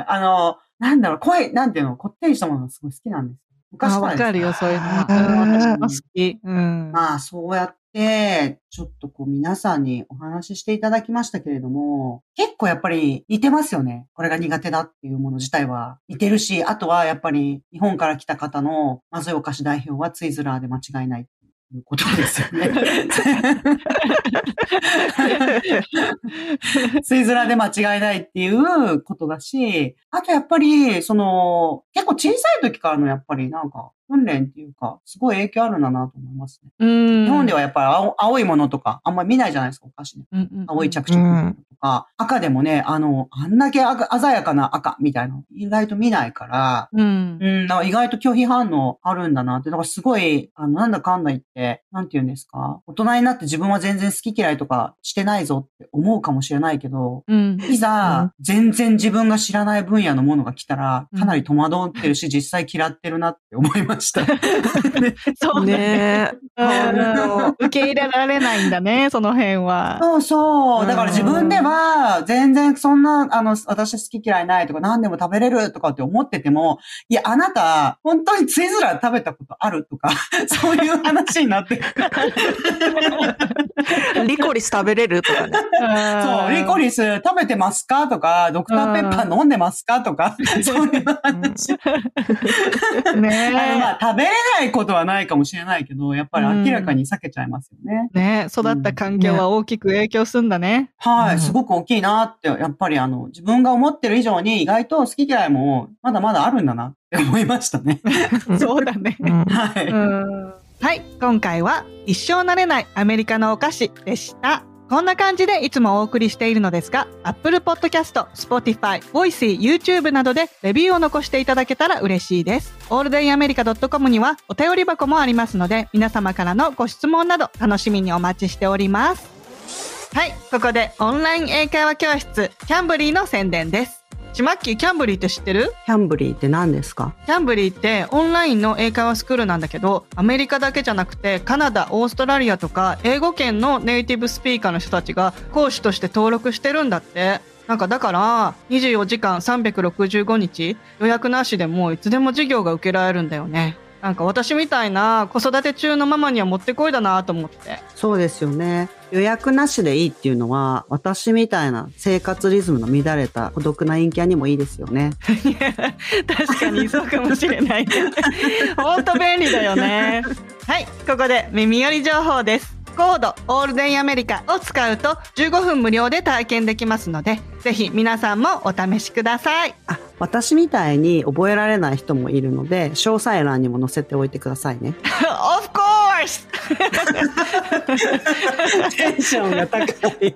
Speaker 2: あの、なんだろう、濃い、なんていうの、こってりしたものがすごい好きなんです。昔
Speaker 1: あ、
Speaker 2: から
Speaker 1: わ
Speaker 2: です
Speaker 1: かるよ、そういうのは。
Speaker 3: へ
Speaker 1: うん
Speaker 3: ー
Speaker 1: 私も好き。うん。
Speaker 2: まあ、そうやって、ちょっとこう皆さんにお話ししていただきましたけれども、結構やっぱり似てますよね。これが苦手だっていうもの自体は似てるし、あとはやっぱり日本から来た方のまずいお菓子代表はツイズラーで間違いないっていうことですよね。
Speaker 1: [laughs]
Speaker 2: ツイズラーで間違いないっていうことだし、あとやっぱり、その、結構小さい時からのやっぱりなんか訓練っていうか、すごい影響あるんだなと思いますね。
Speaker 1: うん
Speaker 2: 日本ではやっぱり青青いものとか、あんまり見ないじゃないですか、お菓子ね。
Speaker 1: うんうん
Speaker 2: 青い着色料とか、赤でもね、あの、あんだけ赤鮮やかな赤みたいなの、意外と見ないから、
Speaker 1: うん。
Speaker 2: うん、なんか意外と拒否反応あるんだなって、だからすごい、あの、なんだかんだ言って、なんて言うんですか、大人になって自分は全然好き嫌いとかしてないぞって思うかもしれないけど、
Speaker 1: うん。
Speaker 2: いざ、全然自分が知らない分野のものが来たら、
Speaker 1: うん
Speaker 2: かなり戸惑ってるし、実際嫌ってるなって思いました。
Speaker 1: そう
Speaker 3: ね
Speaker 1: ね。
Speaker 3: え。
Speaker 1: うん受け入れられないんだね、その辺は。
Speaker 2: そうそうう。
Speaker 3: ん
Speaker 2: だから自分では、全然そんな、あの、私好き嫌いないとか、何でも食べれるとかって思ってても、いや、あなた、本当についずら食べたことあるとか、 [laughs] そういう話になってくる。 [laughs]
Speaker 3: リコリス食べれるとかね。
Speaker 2: そう、リコ
Speaker 1: リ。
Speaker 2: リス食べてますかとか、ドクターペッパー飲んでますかとか、 [laughs] そういう話。 [laughs]
Speaker 3: うん
Speaker 1: ね
Speaker 2: あのまあ、食べれないことはないかもしれないけど、やっぱり明らかに避けちゃいますよね。
Speaker 1: ね育った環境は大きく影響するんだね。
Speaker 2: は
Speaker 3: うん
Speaker 2: い、すごく大きいなって、やっぱりあの、自分が思ってる以上に意外と好き嫌いもまだまだあるんだなって思いましたね。 [laughs]
Speaker 3: うん
Speaker 1: そうだね。
Speaker 3: うん
Speaker 2: は
Speaker 1: う
Speaker 2: い。
Speaker 1: んはい、今回は一生慣れないアメリカのお菓子でした。こんな感じでいつもお送りしているのですが、Apple Podcast、Spotify、Voicy、YouTube などでレビューを残していただけたら嬉しいです。オールデイアメリカ .com にはお便り箱もありますので、皆様からのご質問など楽しみにお待ちしております。はい、ここでオンライン英会話教室、キャンブリーの宣伝です。ちマッキーキャンブリーって知ってる
Speaker 5: キャンブリーって何ですか
Speaker 1: キャンブリーってオンラインの英会話スクールなんだけどアメリカだけじゃなくてカナダオーストラリアとか英語圏のネイティブスピーカーの人たちが講師として登録してるんだって。なんかだから24時間365日予約なしでもいつでも授業が受けられるんだよね。なんか私みたいな子育て中のママにはもってこいだなと思って。
Speaker 5: そうですよね。予約なしでいいっていうのは、私みたいな生活リズムの乱れた孤独な陰キャにもいいですよね。
Speaker 1: [laughs] 確かにそうかもしれない。本当便利だよね。はい、ここで耳寄り情報です。コードオールデンアメリカを使うと15分無料で体験できますので、ぜひ皆さんもお試しください。
Speaker 5: あ、私みたいに覚えられない人もいるので、詳細欄にも載せておいてくださいね。
Speaker 1: of course!
Speaker 5: [laughs] テンションが高い。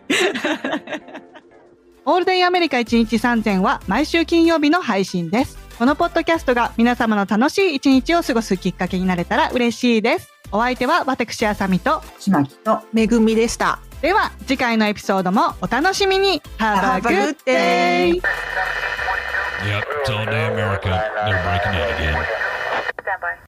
Speaker 1: オールデンアメリカ1日3000は毎週金曜日の配信です。このポッドキャストが皆様の楽しい一日を過ごすきっかけになれたら嬉しいです。お相手は私あさみと
Speaker 5: しまきと。
Speaker 3: めぐみでした。
Speaker 1: では次回のエピソードもお楽しみに Have a good day!
Speaker 4: Yep, it's all day America. They're breaking out again.
Speaker 6: Stand by.